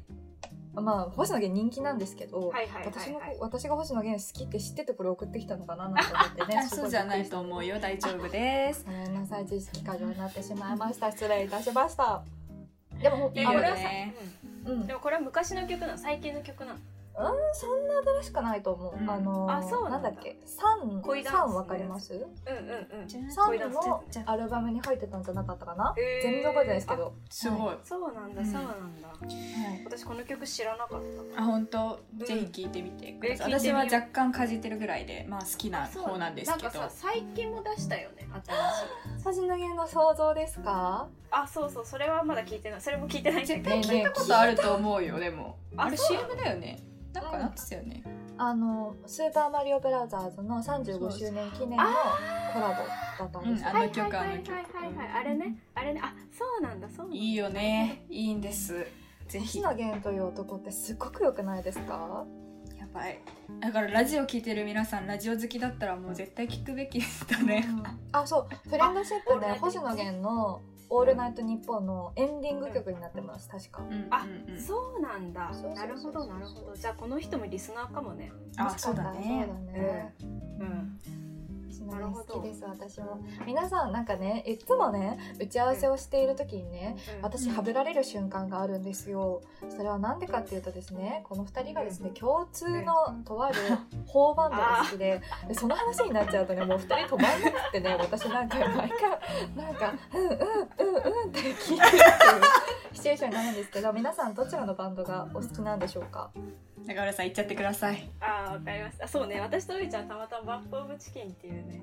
Speaker 2: まあ星野源人気なんですけど、
Speaker 3: はいはいはいはい
Speaker 2: 私の私が星野源好きって知っててこれ送ってきたのかななんて思って
Speaker 1: あ
Speaker 2: ね
Speaker 1: そうじゃないと思うよ大丈夫です
Speaker 2: ごめんなさい知識過剰になってしまいました失礼いたしましたでも
Speaker 1: いい
Speaker 3: あ
Speaker 1: よ
Speaker 3: これは
Speaker 1: ね
Speaker 3: さ
Speaker 2: う
Speaker 3: うん
Speaker 2: ん
Speaker 3: でもこれは昔の曲なの最近の曲なの
Speaker 2: そんな新しくないと思う、
Speaker 1: うん
Speaker 2: あのー
Speaker 3: あそうな
Speaker 2: なんん
Speaker 3: だ
Speaker 2: だっけ三
Speaker 3: 恋ダンス
Speaker 2: 三わかります
Speaker 3: うんうんうん
Speaker 2: 三
Speaker 3: 恋ダンス
Speaker 2: の
Speaker 1: じゃ
Speaker 2: アルバムに入ってたんじゃなかったかな、
Speaker 3: へー
Speaker 2: 全然覚えてないですけど、は
Speaker 1: すごい
Speaker 3: あそうなんだ、
Speaker 1: うん
Speaker 3: そうなんだ
Speaker 2: い、
Speaker 3: 私この曲知らなかった
Speaker 1: あ本当、
Speaker 3: うん
Speaker 1: ぜひ聞いてみてください
Speaker 3: え聞いて
Speaker 1: 私
Speaker 3: みよ
Speaker 1: は
Speaker 3: う
Speaker 1: 若干かじってるぐらいでまあ好きな方なんですけど
Speaker 3: なんかさ最近も出したよね新 しい
Speaker 2: さじのげの想像ですか
Speaker 3: あそうそうそれはまだ聞いてないそれも聞いてないんだけ
Speaker 1: 絶
Speaker 3: ど
Speaker 1: 対聞いたことあると思うよでも
Speaker 3: あ
Speaker 1: あれ
Speaker 3: そうな
Speaker 1: CM だよねなんかなってたよね
Speaker 2: あのスーパーマリオブラザーズの35周年記念のコラボだったんですよ、
Speaker 1: あの
Speaker 3: はいはい
Speaker 1: 曲
Speaker 3: は
Speaker 1: あ
Speaker 3: いはい
Speaker 1: の曲
Speaker 3: はいはいあれねあれねあそうなんだそうなんだ
Speaker 1: いいよねいいんですぜ
Speaker 2: 星
Speaker 1: ひ
Speaker 2: 野源という男ってすごく良くないですか
Speaker 1: やばいだからラジオ聞いてる皆さんラジオ好きだったらもう絶対聞くべきだね、
Speaker 2: あそうフレンドシップで
Speaker 3: あ
Speaker 2: 星野源の「オールナイトニッポン」のエンディング曲になってます確か
Speaker 1: うんうんうん、
Speaker 3: あそうなんだ
Speaker 2: そうそうそう
Speaker 3: なるほどなるほどじゃあこの人もリスナーかもね
Speaker 1: あそうだね
Speaker 2: そうだね
Speaker 3: うん
Speaker 2: 星野源好きです私も皆さんなんかねいつもね打ち合わせをしている時にね私はぶられる瞬間があるんですよそれはなんでかっていうとですねこの2人がですね共通のとある法バンドが好きででその話になっちゃうとねもう2人止まんなくってね私なんか毎回なんか「うんうんうんうん」って聞いてるっていうシチュエーションになるんですけど皆さんどちらのバンドがお好きなんでしょうか
Speaker 1: 中村さん言っちゃってください
Speaker 3: あーわかりましたあそうね私とりちゃんたまたまバップオブチキンっていうね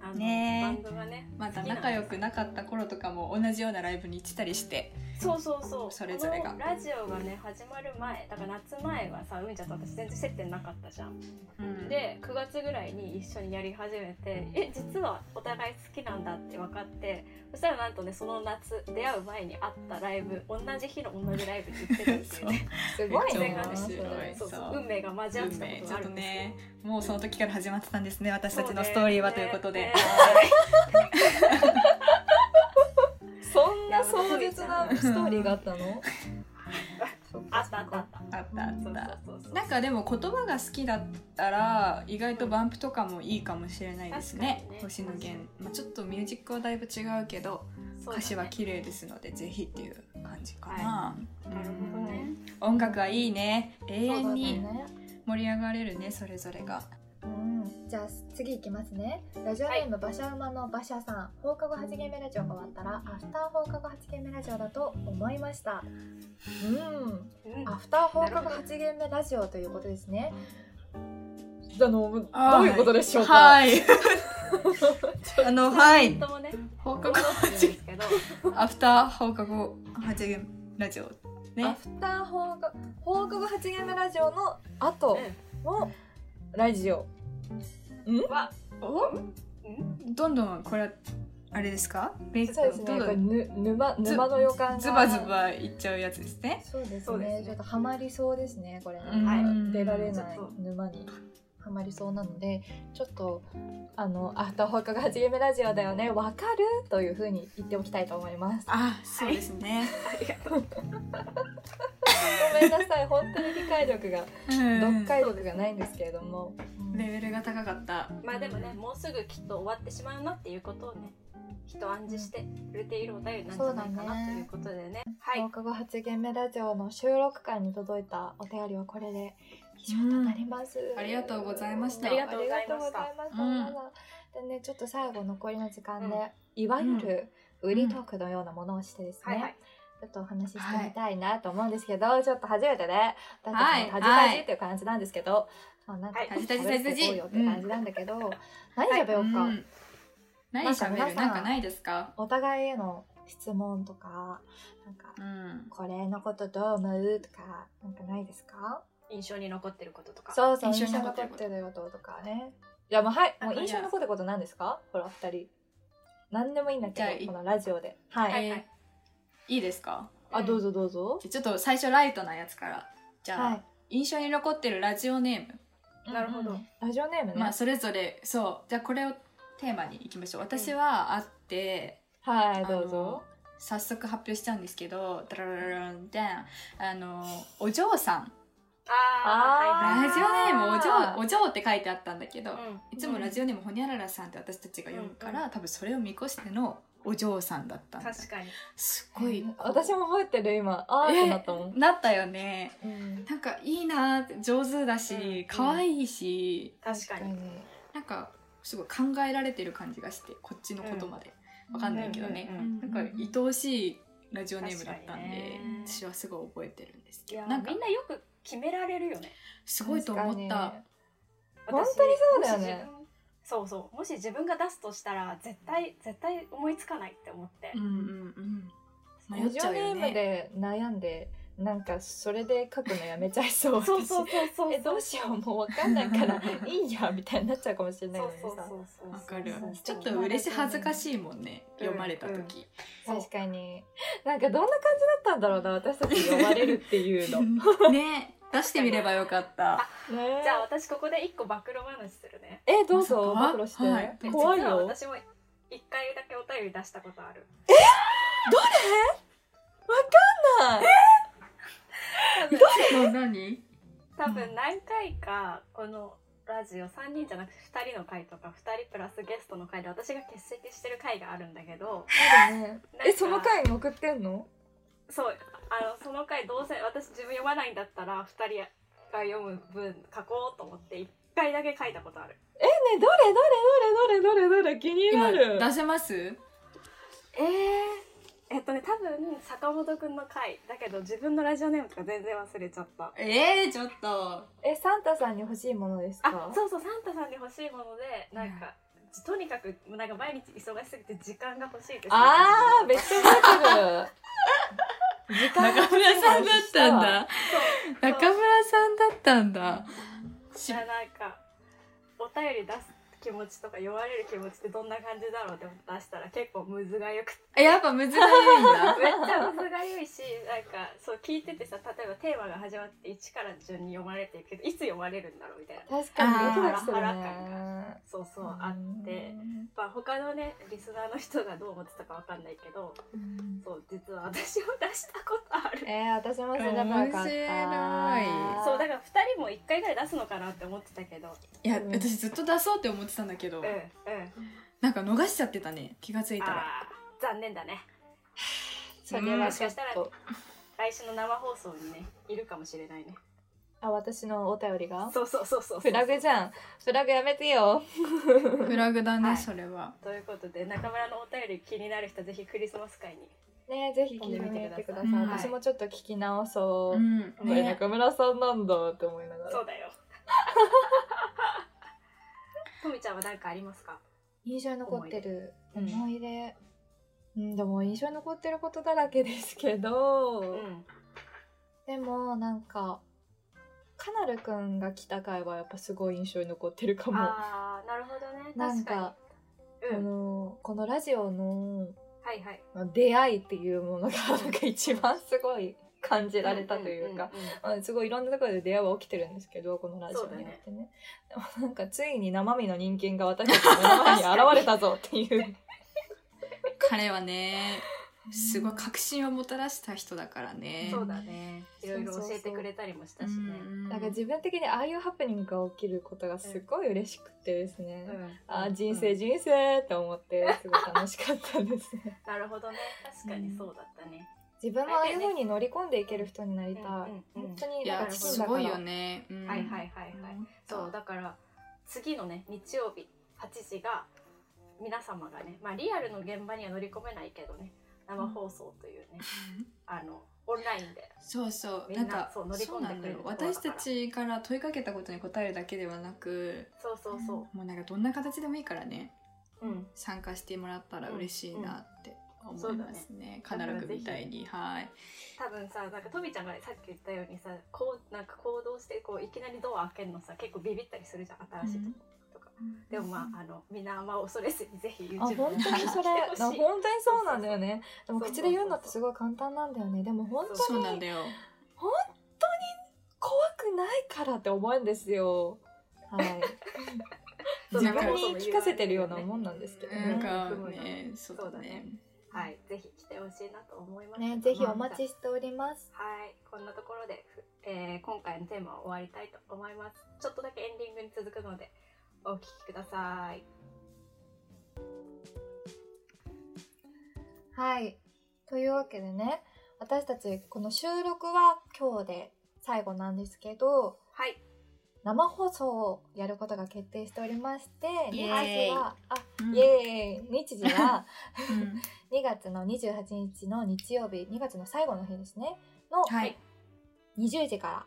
Speaker 3: あの
Speaker 1: ね
Speaker 3: バ
Speaker 1: ー
Speaker 3: ンドがね
Speaker 1: また仲良くなかった頃とかも同じようなライブに行ってたりして
Speaker 3: そうそうそう
Speaker 1: それぞれが
Speaker 3: このラジオがね始まる前だから夏前はさうんちゃんと私全然接点なかったじゃん
Speaker 1: うん
Speaker 3: で9月ぐらいに一緒にやり始めてえ実はお互い好きなんだって分かってそしたらなんとねその夏出会う前に会ったライブ同じ日の同じライブに行って たんですよね
Speaker 2: すごい
Speaker 3: それ
Speaker 2: ね
Speaker 3: が
Speaker 1: 面
Speaker 3: 面
Speaker 1: 白い
Speaker 3: そうそう
Speaker 1: そう
Speaker 3: 運命が交わって
Speaker 1: 運
Speaker 3: た
Speaker 1: 命
Speaker 3: こ
Speaker 1: ち
Speaker 3: と
Speaker 1: ょ
Speaker 3: があ
Speaker 1: っと
Speaker 3: るんですよ
Speaker 1: ねもうその時から始まってたんですね私
Speaker 3: そう
Speaker 1: た
Speaker 3: ね
Speaker 1: ちのストーリーはということで、
Speaker 3: ね
Speaker 2: そんな壮絶なストーリーがあったの
Speaker 3: あったあったあった
Speaker 1: あったあ
Speaker 3: そう
Speaker 1: った
Speaker 3: そうそう
Speaker 1: なんかでも言葉が好きだったら意外とバンプとかもいいかもしれないですね
Speaker 3: 確かにね
Speaker 1: 星野源、まあ、ちょっとミュージックはだいぶ違うけど、
Speaker 3: そうだね
Speaker 1: 歌詞は綺麗ですのでぜひっていう感じかな、うん
Speaker 3: なるほどね
Speaker 1: 音楽はいいね永
Speaker 2: そうだ
Speaker 1: 遠に
Speaker 2: ね
Speaker 1: 盛り上がれるねそれぞれが
Speaker 2: うんじゃあ次行きますねラジオネーム馬車馬の馬車さん放課後発言目ラジオが終わったらアフター放課後発言目ラジオだと思いましたうん
Speaker 3: うん
Speaker 2: アフター放課後発言目ラジオということですねあの
Speaker 1: あー
Speaker 2: どういうことでしょうか、
Speaker 1: はい あのはい
Speaker 3: ともね
Speaker 1: 放課
Speaker 3: 戻
Speaker 1: 後
Speaker 3: ってるんですけど
Speaker 1: アフター放課後発言ラジオ
Speaker 2: ア
Speaker 1: ね
Speaker 2: フター放課放課後発言目ラジオの後のラジオ
Speaker 3: は
Speaker 1: お
Speaker 3: うん
Speaker 1: どんどんこれはあれですかメイク
Speaker 2: そうです
Speaker 1: ど
Speaker 2: ね
Speaker 1: ん
Speaker 2: こ
Speaker 1: ど
Speaker 2: れ
Speaker 1: ん
Speaker 2: ぬ沼沼の予感が
Speaker 1: ズバズバいっちゃうやつですね
Speaker 2: そうですね
Speaker 3: そうですね
Speaker 2: ちょっとハマりそうですねこれね、
Speaker 1: はい
Speaker 2: 出られ
Speaker 3: ちょ
Speaker 2: な
Speaker 3: っ
Speaker 2: い
Speaker 3: と
Speaker 2: 沼にはまりそうなのでちょっとあの「アフター放課後はじめラジオだよねわかる?」というふうに言っておきたいと思いますご
Speaker 1: あそうですね、
Speaker 3: ありがとう
Speaker 2: めんなさい本当に理解力が
Speaker 1: うん
Speaker 2: 読解力がないんですけれども、
Speaker 1: レベルが高かった
Speaker 3: まあでもね、もうすぐきっと終わってしまうなっていうことをね、きっと暗示してくれているお便りなんじゃないか
Speaker 2: そうだ
Speaker 3: な
Speaker 2: ね
Speaker 3: ということでね。はい。
Speaker 2: 放課後発言目ラジオの収録会に届いたお便りはこれで以上となります、
Speaker 1: んありがとうございました
Speaker 3: ありがとうございました
Speaker 2: ありがとうございましたでねちょっと最後残りの時間で、
Speaker 3: うん
Speaker 2: いわゆる売りトークのようなものをしてですね、
Speaker 3: はいはい。
Speaker 2: ちょっとお話ししてみたいなと思うんですけど、ちょっと初めてね、だ
Speaker 1: はい
Speaker 2: ってそのタジタジっていう感じなんですけど、まあなんか
Speaker 3: はい
Speaker 1: タジタジタジタジ
Speaker 2: 喋ってこうよって感じなんだけど、何喋ろうか、
Speaker 1: ん
Speaker 2: なんか
Speaker 1: 何喋るな
Speaker 2: 皆
Speaker 1: ん
Speaker 2: さん
Speaker 1: かないですか
Speaker 2: お互いへの質問とか、なんか
Speaker 1: うん
Speaker 2: これのことどう思うとか、なんかないですか？
Speaker 3: 印象に残ってることとか。
Speaker 2: そうそう、
Speaker 1: 印
Speaker 2: 印
Speaker 1: 象に
Speaker 2: 象に
Speaker 1: 残っ
Speaker 2: 残
Speaker 1: て
Speaker 2: っ
Speaker 1: ること
Speaker 2: てることとかね。いやもうはい、も
Speaker 1: あ
Speaker 2: う
Speaker 1: いや
Speaker 2: 印象に残ってることなんですか？ほら二人、何でもいいんだ
Speaker 1: じゃあ
Speaker 2: け
Speaker 1: い
Speaker 2: ど、このラジオで、はい。
Speaker 3: はい
Speaker 1: えーいいですか
Speaker 2: あどうぞどうぞ。
Speaker 1: じゃあちょっと最初ライトなやつからじゃあ、
Speaker 2: はい
Speaker 1: 印象に残ってるラジオネーム
Speaker 3: なるほど。
Speaker 2: ラジオネームね。
Speaker 1: まあそれぞれそうじゃあこれをテーマにいきましょう私はあって、
Speaker 2: はい、
Speaker 1: あ
Speaker 2: ど
Speaker 1: の
Speaker 2: うぞ。
Speaker 1: 早速発表しちゃうんですけどダラララランダンあのお嬢さん
Speaker 3: あ
Speaker 2: あ
Speaker 1: ラ
Speaker 2: ー
Speaker 1: ジ
Speaker 3: ー、
Speaker 1: オネームお嬢お嬢って書いてあったんだけど、
Speaker 3: はいはい。
Speaker 1: いつもラジオネームほにゃららさんって私たちが読むから、多分それを見越してのお嬢さんだったんだ
Speaker 3: 確かに
Speaker 1: すごい
Speaker 2: 私も覚えてる今あーってなったもん、
Speaker 1: なったよね
Speaker 2: うん
Speaker 1: なんかいいなー上手だ
Speaker 3: うん
Speaker 1: し可愛いし、
Speaker 3: 確かに
Speaker 1: なんかすごい考えられてる感じがしてこっちのことまで、わかんないけどね
Speaker 3: うんうん
Speaker 2: うん
Speaker 1: なんか愛おしいラジオネームだったんで、
Speaker 3: 確かにね
Speaker 1: 私はすごい覚えてるんです
Speaker 3: い
Speaker 1: けど
Speaker 3: や
Speaker 1: なんか
Speaker 3: みんなよく決められるよね
Speaker 1: すごいと思った
Speaker 2: 本
Speaker 3: 私
Speaker 2: 当にそうだよね
Speaker 3: もし自分そうそうもし自分が出すとしたら絶対絶対思いつかないって思って、
Speaker 1: うんうんうん迷
Speaker 2: ラ
Speaker 1: っ
Speaker 2: ジ
Speaker 1: ちゃ
Speaker 2: オ
Speaker 1: う
Speaker 2: ネ
Speaker 1: よ
Speaker 2: ーム
Speaker 1: ね
Speaker 2: で悩んでなんかそれで書くのやめちゃいそう
Speaker 3: そうそうそうそう
Speaker 2: 私えどうしようもうわかんないからいいやみたいになっちゃうかもしれない
Speaker 3: そ
Speaker 2: よ
Speaker 3: う
Speaker 2: ね
Speaker 3: そうそう
Speaker 2: さ
Speaker 3: そうそう
Speaker 1: わかる
Speaker 3: そう
Speaker 1: ちょっと嬉しい恥ずかしいもんね
Speaker 3: うん
Speaker 1: 読まれた時、
Speaker 3: そう
Speaker 2: 確かになんかどんな感じだったんだろうな私たち読まれるっていうのね
Speaker 1: ね出してみればよかった
Speaker 3: じゃあ私ここで一個暴露話するね
Speaker 2: えどうぞ
Speaker 1: まさか
Speaker 2: 暴露して、
Speaker 1: はい
Speaker 2: 怖い
Speaker 3: 実は
Speaker 2: よ
Speaker 3: 私も一回だけお便り出したことある
Speaker 1: もう何
Speaker 3: 多分何回かこのラジオ3人じゃなくて2人の回とか2人プラスゲストの回で私が欠席してる回があるんだけどなん
Speaker 2: え
Speaker 3: か
Speaker 2: その回に送ってんの
Speaker 3: そうあのその回どうせ私自分読まないんだったら2人が読む分書こうと思って1回だけ書いたことある
Speaker 2: ねどれどれどれどれどれどれ気にな
Speaker 1: 今
Speaker 2: る
Speaker 1: 出せます
Speaker 3: ええっとね多分坂本くんの回だけど自分のラジオネームとか全然忘れちゃった
Speaker 1: えー、ちょっと
Speaker 2: えサンタさんに欲しいものですか
Speaker 3: あそうそうサンタさんに欲しいものでなんか、とにかくなんか毎日忙しすぎて時間が欲しいって
Speaker 2: あーめっちゃ覚えてる時 間
Speaker 1: 中村さんだったんだ
Speaker 3: そう
Speaker 1: 中村さんだったんだ
Speaker 3: いやなんかお便り出す気持ちとか言われる気持ちってどんな感じだろうって思って出したら結構むずがよくて
Speaker 1: やっぱ難しいんだ
Speaker 3: めっちゃむずがゆいしなんかそう聞いててさ例えばテーマが始まって1から順に読まれていくけどいつ読まれるんだろうみたいな
Speaker 2: 確かにドキドキするね
Speaker 3: あーそうそうあって。まあ、他のねリスナーの人がどう思ってたかわかんないけど
Speaker 2: うん
Speaker 3: そう実は私も出したことある
Speaker 2: えー、私もそれなかった
Speaker 1: 面白
Speaker 3: そうだから2人も1回ぐらい出すのかなって思ってたけど
Speaker 1: いや私ずっと出そうって思ってたんだけど
Speaker 3: うんうん
Speaker 1: なんか逃しちゃってたね気がついたら
Speaker 3: あー残念だね
Speaker 2: それはちょっと
Speaker 3: 来週の生放送にねいるかもしれないね
Speaker 2: あ私のお便りが
Speaker 3: そうそうそうそう
Speaker 2: フラグじゃんフラグやめてよ
Speaker 1: フラグだね、
Speaker 3: はい
Speaker 1: それは
Speaker 3: ということで中村のお便り気になる人はぜひクリスマス会に
Speaker 2: ねぜひ聞いてみてください、
Speaker 1: うんはい
Speaker 2: 私もちょっと聞き直そう、
Speaker 1: ん
Speaker 2: これ
Speaker 1: ね
Speaker 2: 中村さんなんだって思いながら
Speaker 3: そうだよとみちゃんは何かありますか
Speaker 2: 印象に残ってる
Speaker 3: 思
Speaker 2: 思
Speaker 3: い出
Speaker 2: い出うん、でも印象に残ってることだらけですけど、
Speaker 3: うん
Speaker 2: でもなんかカナルくんが来た回はやっぱすごい印象に残ってるかも
Speaker 3: ああなるほどね
Speaker 2: なん
Speaker 3: 確か
Speaker 2: か
Speaker 3: にう
Speaker 2: こ
Speaker 3: ん
Speaker 2: のこのラジオの
Speaker 3: はいはい
Speaker 2: まあ出会いっていうものがなんか一番すごい感じられたというか、
Speaker 3: んんんん
Speaker 2: まあ、すごいいろんなところで出会いは起きてるんですけどこのラジオによってねでもなんかついに生身の人間が私たちの目の前に現れたぞっていう
Speaker 1: 彼はねすごい確信をもたらした人だからね
Speaker 3: そうだねいろいろ教えてくれたりもしたしね
Speaker 1: うん
Speaker 2: なんか自分的にああいうハプニングが起きることがすごい嬉しくてですね、
Speaker 3: うん
Speaker 2: あ
Speaker 3: う
Speaker 2: ー
Speaker 3: ん
Speaker 2: 人生
Speaker 3: うん
Speaker 2: 人生って思ってすごい楽しかったです ね
Speaker 3: なるほどね確かにそうだったね
Speaker 2: 自分もああいう風に乗り込んでいける人になりたい、
Speaker 3: うんうんうん
Speaker 2: 本当に
Speaker 1: い
Speaker 2: なん
Speaker 1: や
Speaker 2: か
Speaker 1: す
Speaker 2: だか
Speaker 1: ご
Speaker 2: ら
Speaker 1: いよね、うん
Speaker 3: はいはいはいはいそうだから次のね日曜日8時が皆様がね、まあ、リアルの現場には乗り込めないけどね生放送というね、あのオンラインで
Speaker 1: そうそう
Speaker 3: みん
Speaker 1: な
Speaker 3: なん
Speaker 1: か
Speaker 3: そう乗り込んでくれる
Speaker 1: そう
Speaker 3: ところ
Speaker 1: なんだ
Speaker 3: だから
Speaker 1: よ私たちから問いかけたことに答えるだけではなく
Speaker 3: そうそうそ
Speaker 1: もうなんかどんな形でもいいからね
Speaker 3: う、うん
Speaker 1: 参加してもらったら嬉しいなって思
Speaker 3: そう
Speaker 1: い
Speaker 3: だ
Speaker 1: ま
Speaker 3: ね
Speaker 1: すね,、カナルくんみたいにはい
Speaker 3: 多分さなんかとみちゃんがさっき言ったようにさこうなんか行動してこういきなりドア開けるのさ結構ビビったりするじゃん新しいとこ、とかでもまああのみんなあんま恐れずにぜひ YouTube
Speaker 2: あ本当にそれ
Speaker 3: 来てほしい
Speaker 2: な本当にそうなんだよねでも
Speaker 3: そうそう
Speaker 2: 口で言うのってすごい簡単なんだよねでも本当
Speaker 1: そう
Speaker 2: に
Speaker 1: なんだよ
Speaker 2: 怖くないからって思うんですよはい
Speaker 3: そう
Speaker 2: 自
Speaker 1: だから
Speaker 2: 分に言い聞かせてるようなもんなんですけど
Speaker 1: なん
Speaker 2: ね
Speaker 1: かねそうだね
Speaker 3: はいぜひ来てほしいなと思いま す
Speaker 2: ねぜひお待ちしております
Speaker 3: はい、こんなところで、ふえー今回のテーマを終わりたいと思います。ちょっとだけエンディングに続くので、お聞きください。
Speaker 2: はい。というわけでね、私たちこの収録は今日で最後なんですけど、
Speaker 3: はい
Speaker 2: 生放送をやることが決定しておりまして、
Speaker 1: イ
Speaker 2: 日
Speaker 1: エ
Speaker 2: 時
Speaker 1: ーイ
Speaker 2: は、あ、
Speaker 1: うん
Speaker 2: イエーイ日時は
Speaker 1: うん
Speaker 2: 2月の28日の日曜日、2月の最後の日ですね、の
Speaker 1: はい
Speaker 2: 20時か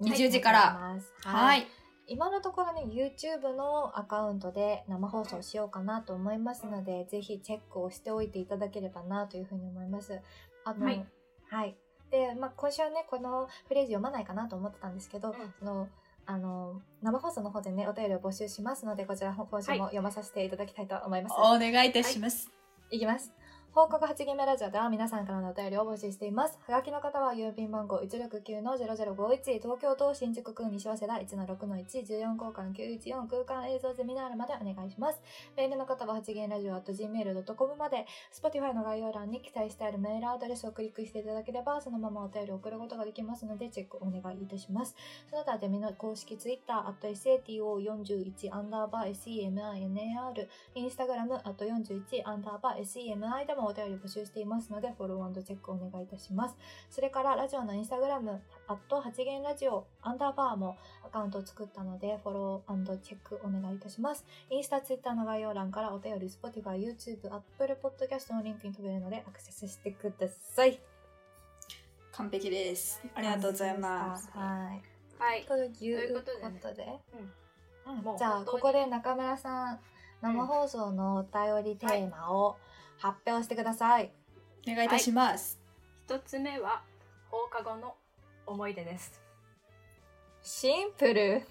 Speaker 2: ら。
Speaker 1: 20時から
Speaker 2: はい。
Speaker 1: は
Speaker 2: はい
Speaker 1: い
Speaker 2: 今のところね YouTube のアカウントで生放送しようかなと思いますのでぜひチェックをしておいていただければなというふうに思います。あの
Speaker 3: はい
Speaker 2: はいで、まあ、今週はねこのフレーズ読まないかなと思ってたんですけど、
Speaker 3: うん
Speaker 2: そのあの生放送の方でねお便りを募集しますのでこちら今週も読まさせていただきたいと思います。
Speaker 1: お願いいたします
Speaker 2: いきます。報告8ゲ目ラジオでは皆さんからのお便りを募集しています。はがきの方は郵便番号169-0051東京都新宿区西早稲田1-6-114交換914空間映像ゼミナールまでお願いします。メールの方は8ゲラジオ gmail.com まで Spotify の概要欄に記載してあるメールアドレスをクリックしていただければそのままお便りを送ることができますのでチェックお願いいたします。その他ゼミの公式 Twitter、SATO41 アンダーバー SEMINAR インスタグラム、あと41アンダーバー SEMI でもお便り募集していますので、フォローチェックお願いいたします。それから、ラジオのインスタグラム、あと8元ラジオ、アンダーバーもアカウントを作ったので、フォローチェックお願いいたします。インスタ、ツイッターの概要欄からお便り、Spotify、YouTube、Apple Podcast のリンクに飛べるので、アクセスしてください。
Speaker 1: 完璧ですありがとうございます
Speaker 2: はい。
Speaker 3: はい
Speaker 2: ということ
Speaker 3: という
Speaker 2: で、
Speaker 3: こ
Speaker 2: う
Speaker 3: と
Speaker 2: ん
Speaker 3: もう
Speaker 2: じゃあ
Speaker 3: 本当に
Speaker 2: ここで中村さん生放送のお便りテーマを発表してください、
Speaker 1: お願いいたします
Speaker 3: 一つ目は放課後の思い出です
Speaker 2: シンプル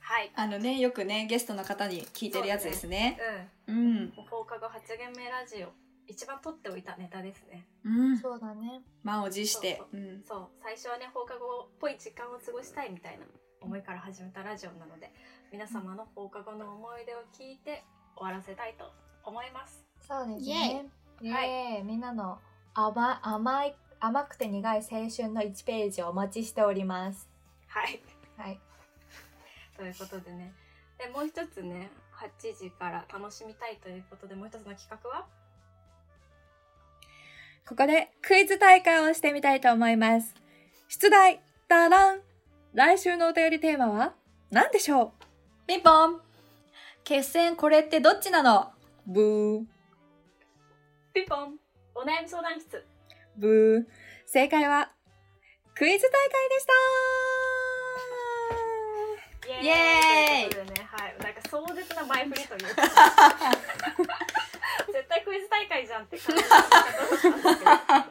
Speaker 3: はい
Speaker 1: あのねよくねゲストの方に聞いてるやつですね
Speaker 3: う
Speaker 1: うん
Speaker 3: んもう放課後発言名ラジオ一番取っておいたネタですね
Speaker 1: うん
Speaker 2: そうだね
Speaker 1: 満を持して
Speaker 3: そう
Speaker 1: うん
Speaker 3: そう最初はね放課後っぽい時間を過ごしたいみたいな思いから始めたラジオなので皆様の放課後の思い出を聞いて終わらせたいと思います
Speaker 2: そうです
Speaker 1: イエ
Speaker 2: ねイエーイ
Speaker 3: は
Speaker 2: みんなの甘甘い甘くて苦い青春の1ページをお待ちしております
Speaker 3: はい
Speaker 2: はい
Speaker 3: ということでねでもう一つね8時から楽しみたいということでもう一つの企画は
Speaker 2: ここでクイズ大会をしてみたいと思います出題ダラン来週のお便りテーマは何でしょ
Speaker 1: ピンポン決戦これってどっちなの
Speaker 2: うブー
Speaker 3: ピンポンお悩み相談室
Speaker 2: ブー。正解は、クイズ大会でした
Speaker 3: イエーイ
Speaker 1: イエーイ
Speaker 3: ということでね、はい、なんか壮絶な前振りとい うか絶対クイズ大会じゃんって感じだったんですけどまあ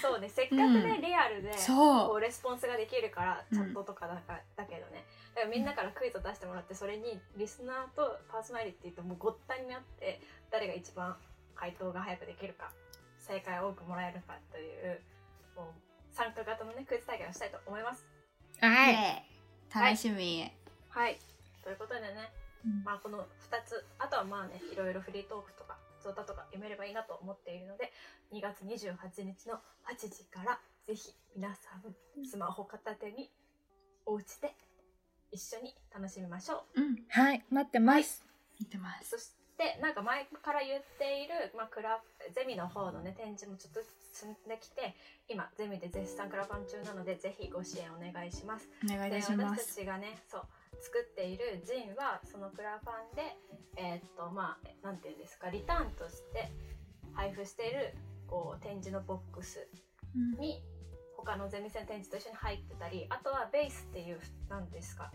Speaker 3: そうねせっかくね、
Speaker 1: うん
Speaker 3: リアルでこ
Speaker 1: そう
Speaker 3: レスポンスができるから
Speaker 1: うん
Speaker 3: チャットとかだから、だけどねだからみんなからクイズを出してもらってそれにリスナーとパーソナリティともうごったになって誰が一番回答が早くできるか正解を多くもらえるかというもう参加型のねクイズ大会をしたいと思います。
Speaker 2: ー
Speaker 1: う
Speaker 2: は。
Speaker 1: 楽しみ
Speaker 3: はいということでねまあこの2つあとはまあねいろいろフリートークとかゾータとか読めればいいなと思っているので2月28日の8時からぜひ皆さんスマホ片手にお家で一緒に楽しみましょう
Speaker 1: うん
Speaker 2: はい、待ってます。
Speaker 1: 見てます
Speaker 3: そしてなんか前から言っている、まあ、クラフゼミの方のね展示もちょっと進んできて今ゼミで絶賛クラファン中なのでぜひご支援お願いします
Speaker 1: お願いい
Speaker 3: で
Speaker 1: たしま
Speaker 3: 私
Speaker 1: す
Speaker 3: たちがねそう作っているジンはそのクラファンでえーっとまあなんていうんですかリターンとして配布しているこう展示のボックス
Speaker 1: うん
Speaker 3: に他のゼミ戦展示と一緒に入ってたりあとはベースっていうなんですか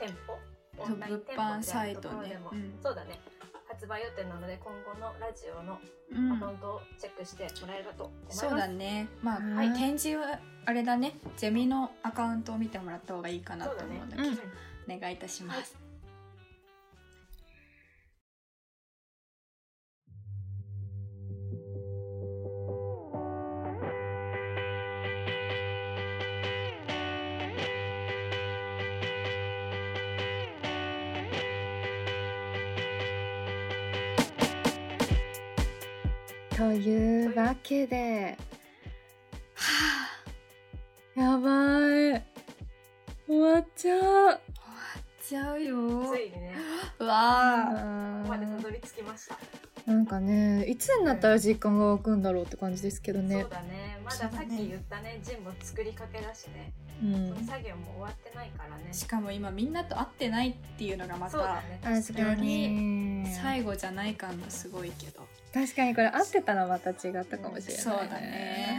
Speaker 3: 店舗オンライン店舗みたいなところでも、
Speaker 1: 物販サイトねうん
Speaker 3: そうだね発売予定なので今後のラジオの
Speaker 1: うん
Speaker 3: アカウントをチェックしてもらえればと思います、
Speaker 1: そうだねまあ、
Speaker 2: はい
Speaker 1: 展示はあれだねゼミのアカウントを見てもらった方がいいかな
Speaker 3: そう
Speaker 1: と
Speaker 3: だ
Speaker 1: 思
Speaker 3: ね
Speaker 1: うので、
Speaker 2: うん
Speaker 1: お願いいたします、
Speaker 2: というわけで、やばい。終わっちゃう。
Speaker 1: 終わっちゃうよ
Speaker 3: ついにね
Speaker 1: うわあ
Speaker 3: ここまでたどり着きました
Speaker 2: なんかねいつになったら実感が湧くんだろうって感じですけどね
Speaker 3: そうだねまださっき言ったねジンも作りかけだしね、
Speaker 2: うん
Speaker 3: その作業も終わってないからね
Speaker 1: しかも今みんなと会ってないっていうのがま
Speaker 3: そうだ
Speaker 1: た
Speaker 3: ね
Speaker 2: 確かに
Speaker 1: 最後じゃない感がすごいけど
Speaker 2: 確かにこれ合ってたらまた違ったかもしれない、
Speaker 1: そうだ ね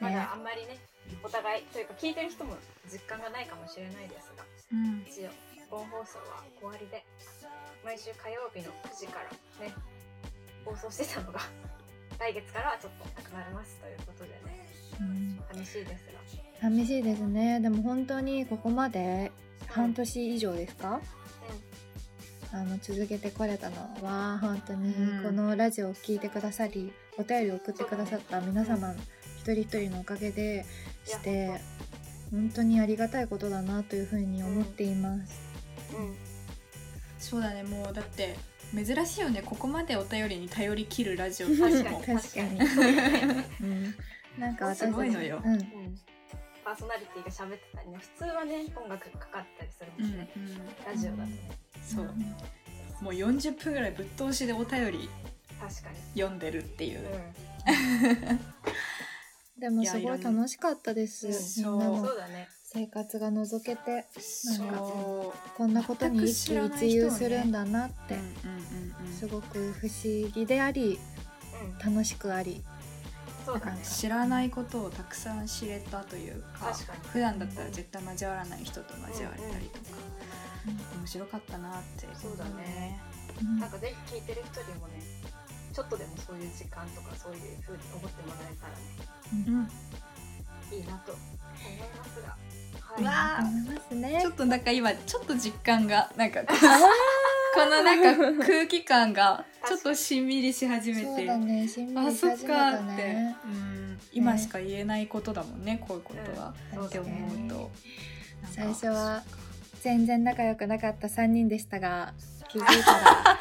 Speaker 3: まだあんまりねお互いというか聞いてる人も実感がないかもしれないですが
Speaker 1: うん
Speaker 3: 一応本放送は終わりで毎週火曜日の9時からね放送してたのが 来月からはちょっとなくなりますということでね
Speaker 2: うん
Speaker 3: 寂しいですが
Speaker 2: 寂しいですねでも本当にここまで半年以上ですか、あの続けてこれたのは本当に
Speaker 1: うん
Speaker 2: このラジオを聞いてくださりお便りを送ってくださった皆様一人一人のおかげでして本当にありがたいことだなというふうに思っています。
Speaker 3: うん、うん、
Speaker 1: そうだねもうだって珍しいよねここまでお便りに頼りきるラジオ
Speaker 3: 確かに
Speaker 1: も
Speaker 2: 確 かにうん、なんか私たち
Speaker 1: すごいのよ
Speaker 2: うん、
Speaker 3: うんパーソナリティが喋ってたりね普通はね音楽かかったりする
Speaker 1: う
Speaker 3: も
Speaker 1: んうんん
Speaker 3: ね、ラジオだとね
Speaker 1: そうもう40分ぐらいぶっ通しでお便り
Speaker 3: 確かに
Speaker 1: 読んでるっていう
Speaker 3: う
Speaker 2: でも
Speaker 1: いや
Speaker 2: すごい楽しかったです。み
Speaker 1: そうん
Speaker 2: な
Speaker 3: そ
Speaker 2: の
Speaker 3: うだね
Speaker 2: 生活が覗けて
Speaker 1: そ
Speaker 2: こんなことに一喜一憂するんだなっ
Speaker 1: う
Speaker 2: て
Speaker 1: うんうんうんうん
Speaker 2: すごく不思議であり
Speaker 3: うん
Speaker 2: 楽しくあり
Speaker 3: そうだね
Speaker 1: 知らないことをたくさん知れたというか
Speaker 3: 確かに
Speaker 1: 普段だったら絶対交わらない人と交われたりとか、
Speaker 2: うん
Speaker 1: 面白かったなって
Speaker 3: そうだね
Speaker 2: うん
Speaker 3: なんかぜひ聞いてる人にもねちょっとでもそういう時間とかそういう風に思ってもらえたらね
Speaker 1: うん
Speaker 3: いいなと思いますが
Speaker 1: うわ
Speaker 3: は
Speaker 1: あ
Speaker 2: 思いますね
Speaker 1: ちょっとなんか今ちょっと実感 がなんかこのなんか空気感がちょっとしんみりし始め
Speaker 2: そう
Speaker 1: て、
Speaker 2: だねしんみ
Speaker 1: あ
Speaker 2: りし
Speaker 1: そっ
Speaker 2: 始め
Speaker 1: か
Speaker 2: た
Speaker 1: って、
Speaker 2: ね
Speaker 1: うん、今しか言えないことだもんねこういうことは、
Speaker 3: うん
Speaker 1: って思う
Speaker 2: そうだね
Speaker 1: と、なんか
Speaker 2: 最初は全然仲良くなかった3人でしたが気づいた ら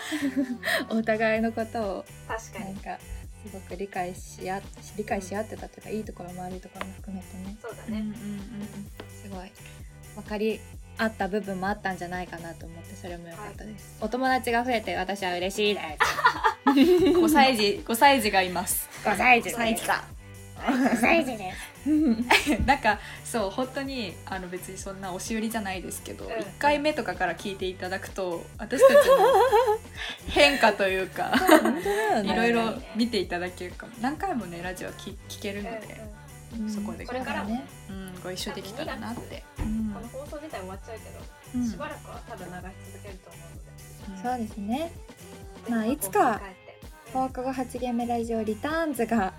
Speaker 2: お互いのことを
Speaker 3: 確か
Speaker 2: な
Speaker 3: に
Speaker 2: んかすごく理解しあ理解し合ってたというかいいところも悪いところも含めてね
Speaker 3: そうだ
Speaker 1: うんうん
Speaker 3: ね
Speaker 2: すごい分かり合った部分もあったんじゃないかなと思ってそれも良かったです、お友達が増えて私は嬉しいです
Speaker 1: うんうん、5歳児5歳児がいます
Speaker 2: 5歳 児
Speaker 1: 歳児
Speaker 2: か5歳児です
Speaker 1: なんかそう本当にあの別にそんな押し売りじゃないですけど、
Speaker 3: ん
Speaker 1: 一1回目とかから聞いていただくと私たち の変化というか
Speaker 2: 本当だよ
Speaker 1: い
Speaker 2: ね
Speaker 1: ろいろ見ていただけるかも何回もねラジオ聞聞けるので、
Speaker 2: うん
Speaker 1: そこで
Speaker 3: これからもね
Speaker 1: うん、ご一緒できたらなって、う
Speaker 3: この
Speaker 1: ん
Speaker 3: 放送自体終わっちゃうけ
Speaker 1: う
Speaker 3: ど
Speaker 1: ん
Speaker 3: しばらくは多分流し続けると思うので
Speaker 2: そうですねまあ
Speaker 3: ぜひ
Speaker 2: いつか
Speaker 3: こう振り返って
Speaker 2: 放課後8ゲームラジオリターンズが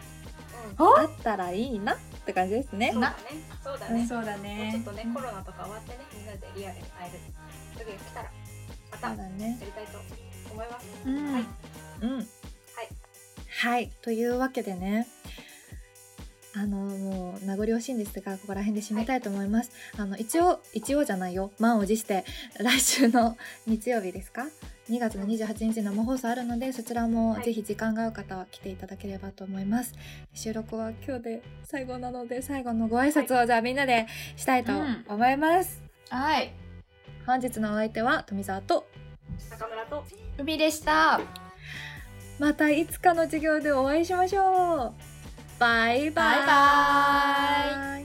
Speaker 3: うん
Speaker 1: お
Speaker 2: あったらいいなって感じですね
Speaker 3: そうだねそうだね
Speaker 1: そうだ
Speaker 3: もうちょっ
Speaker 1: ね
Speaker 3: とねコロナとか終わってねみんなでリアルに会える時が来たらまた
Speaker 2: そう
Speaker 3: や
Speaker 2: だね
Speaker 3: りたいと思います
Speaker 1: うん
Speaker 3: はい
Speaker 2: うんはい、というわけでねあのもう名残惜しいんですがここら辺で締めたいと思います、あの一応一応じゃないよ満を持して来週の 日曜日ですか2月の28日生放送あるのでそちらも
Speaker 3: はい
Speaker 2: ぜひ時間が合う方は来ていただければと思います、収録は今日で最後なので最後のご挨拶をじゃあみんなでしたいと思います、
Speaker 1: はい
Speaker 2: 本日のお相手は富澤と
Speaker 3: 中村と
Speaker 1: 海でした
Speaker 2: またいつかの授業でお会いしましょうバイバイ
Speaker 1: バイバ
Speaker 2: イ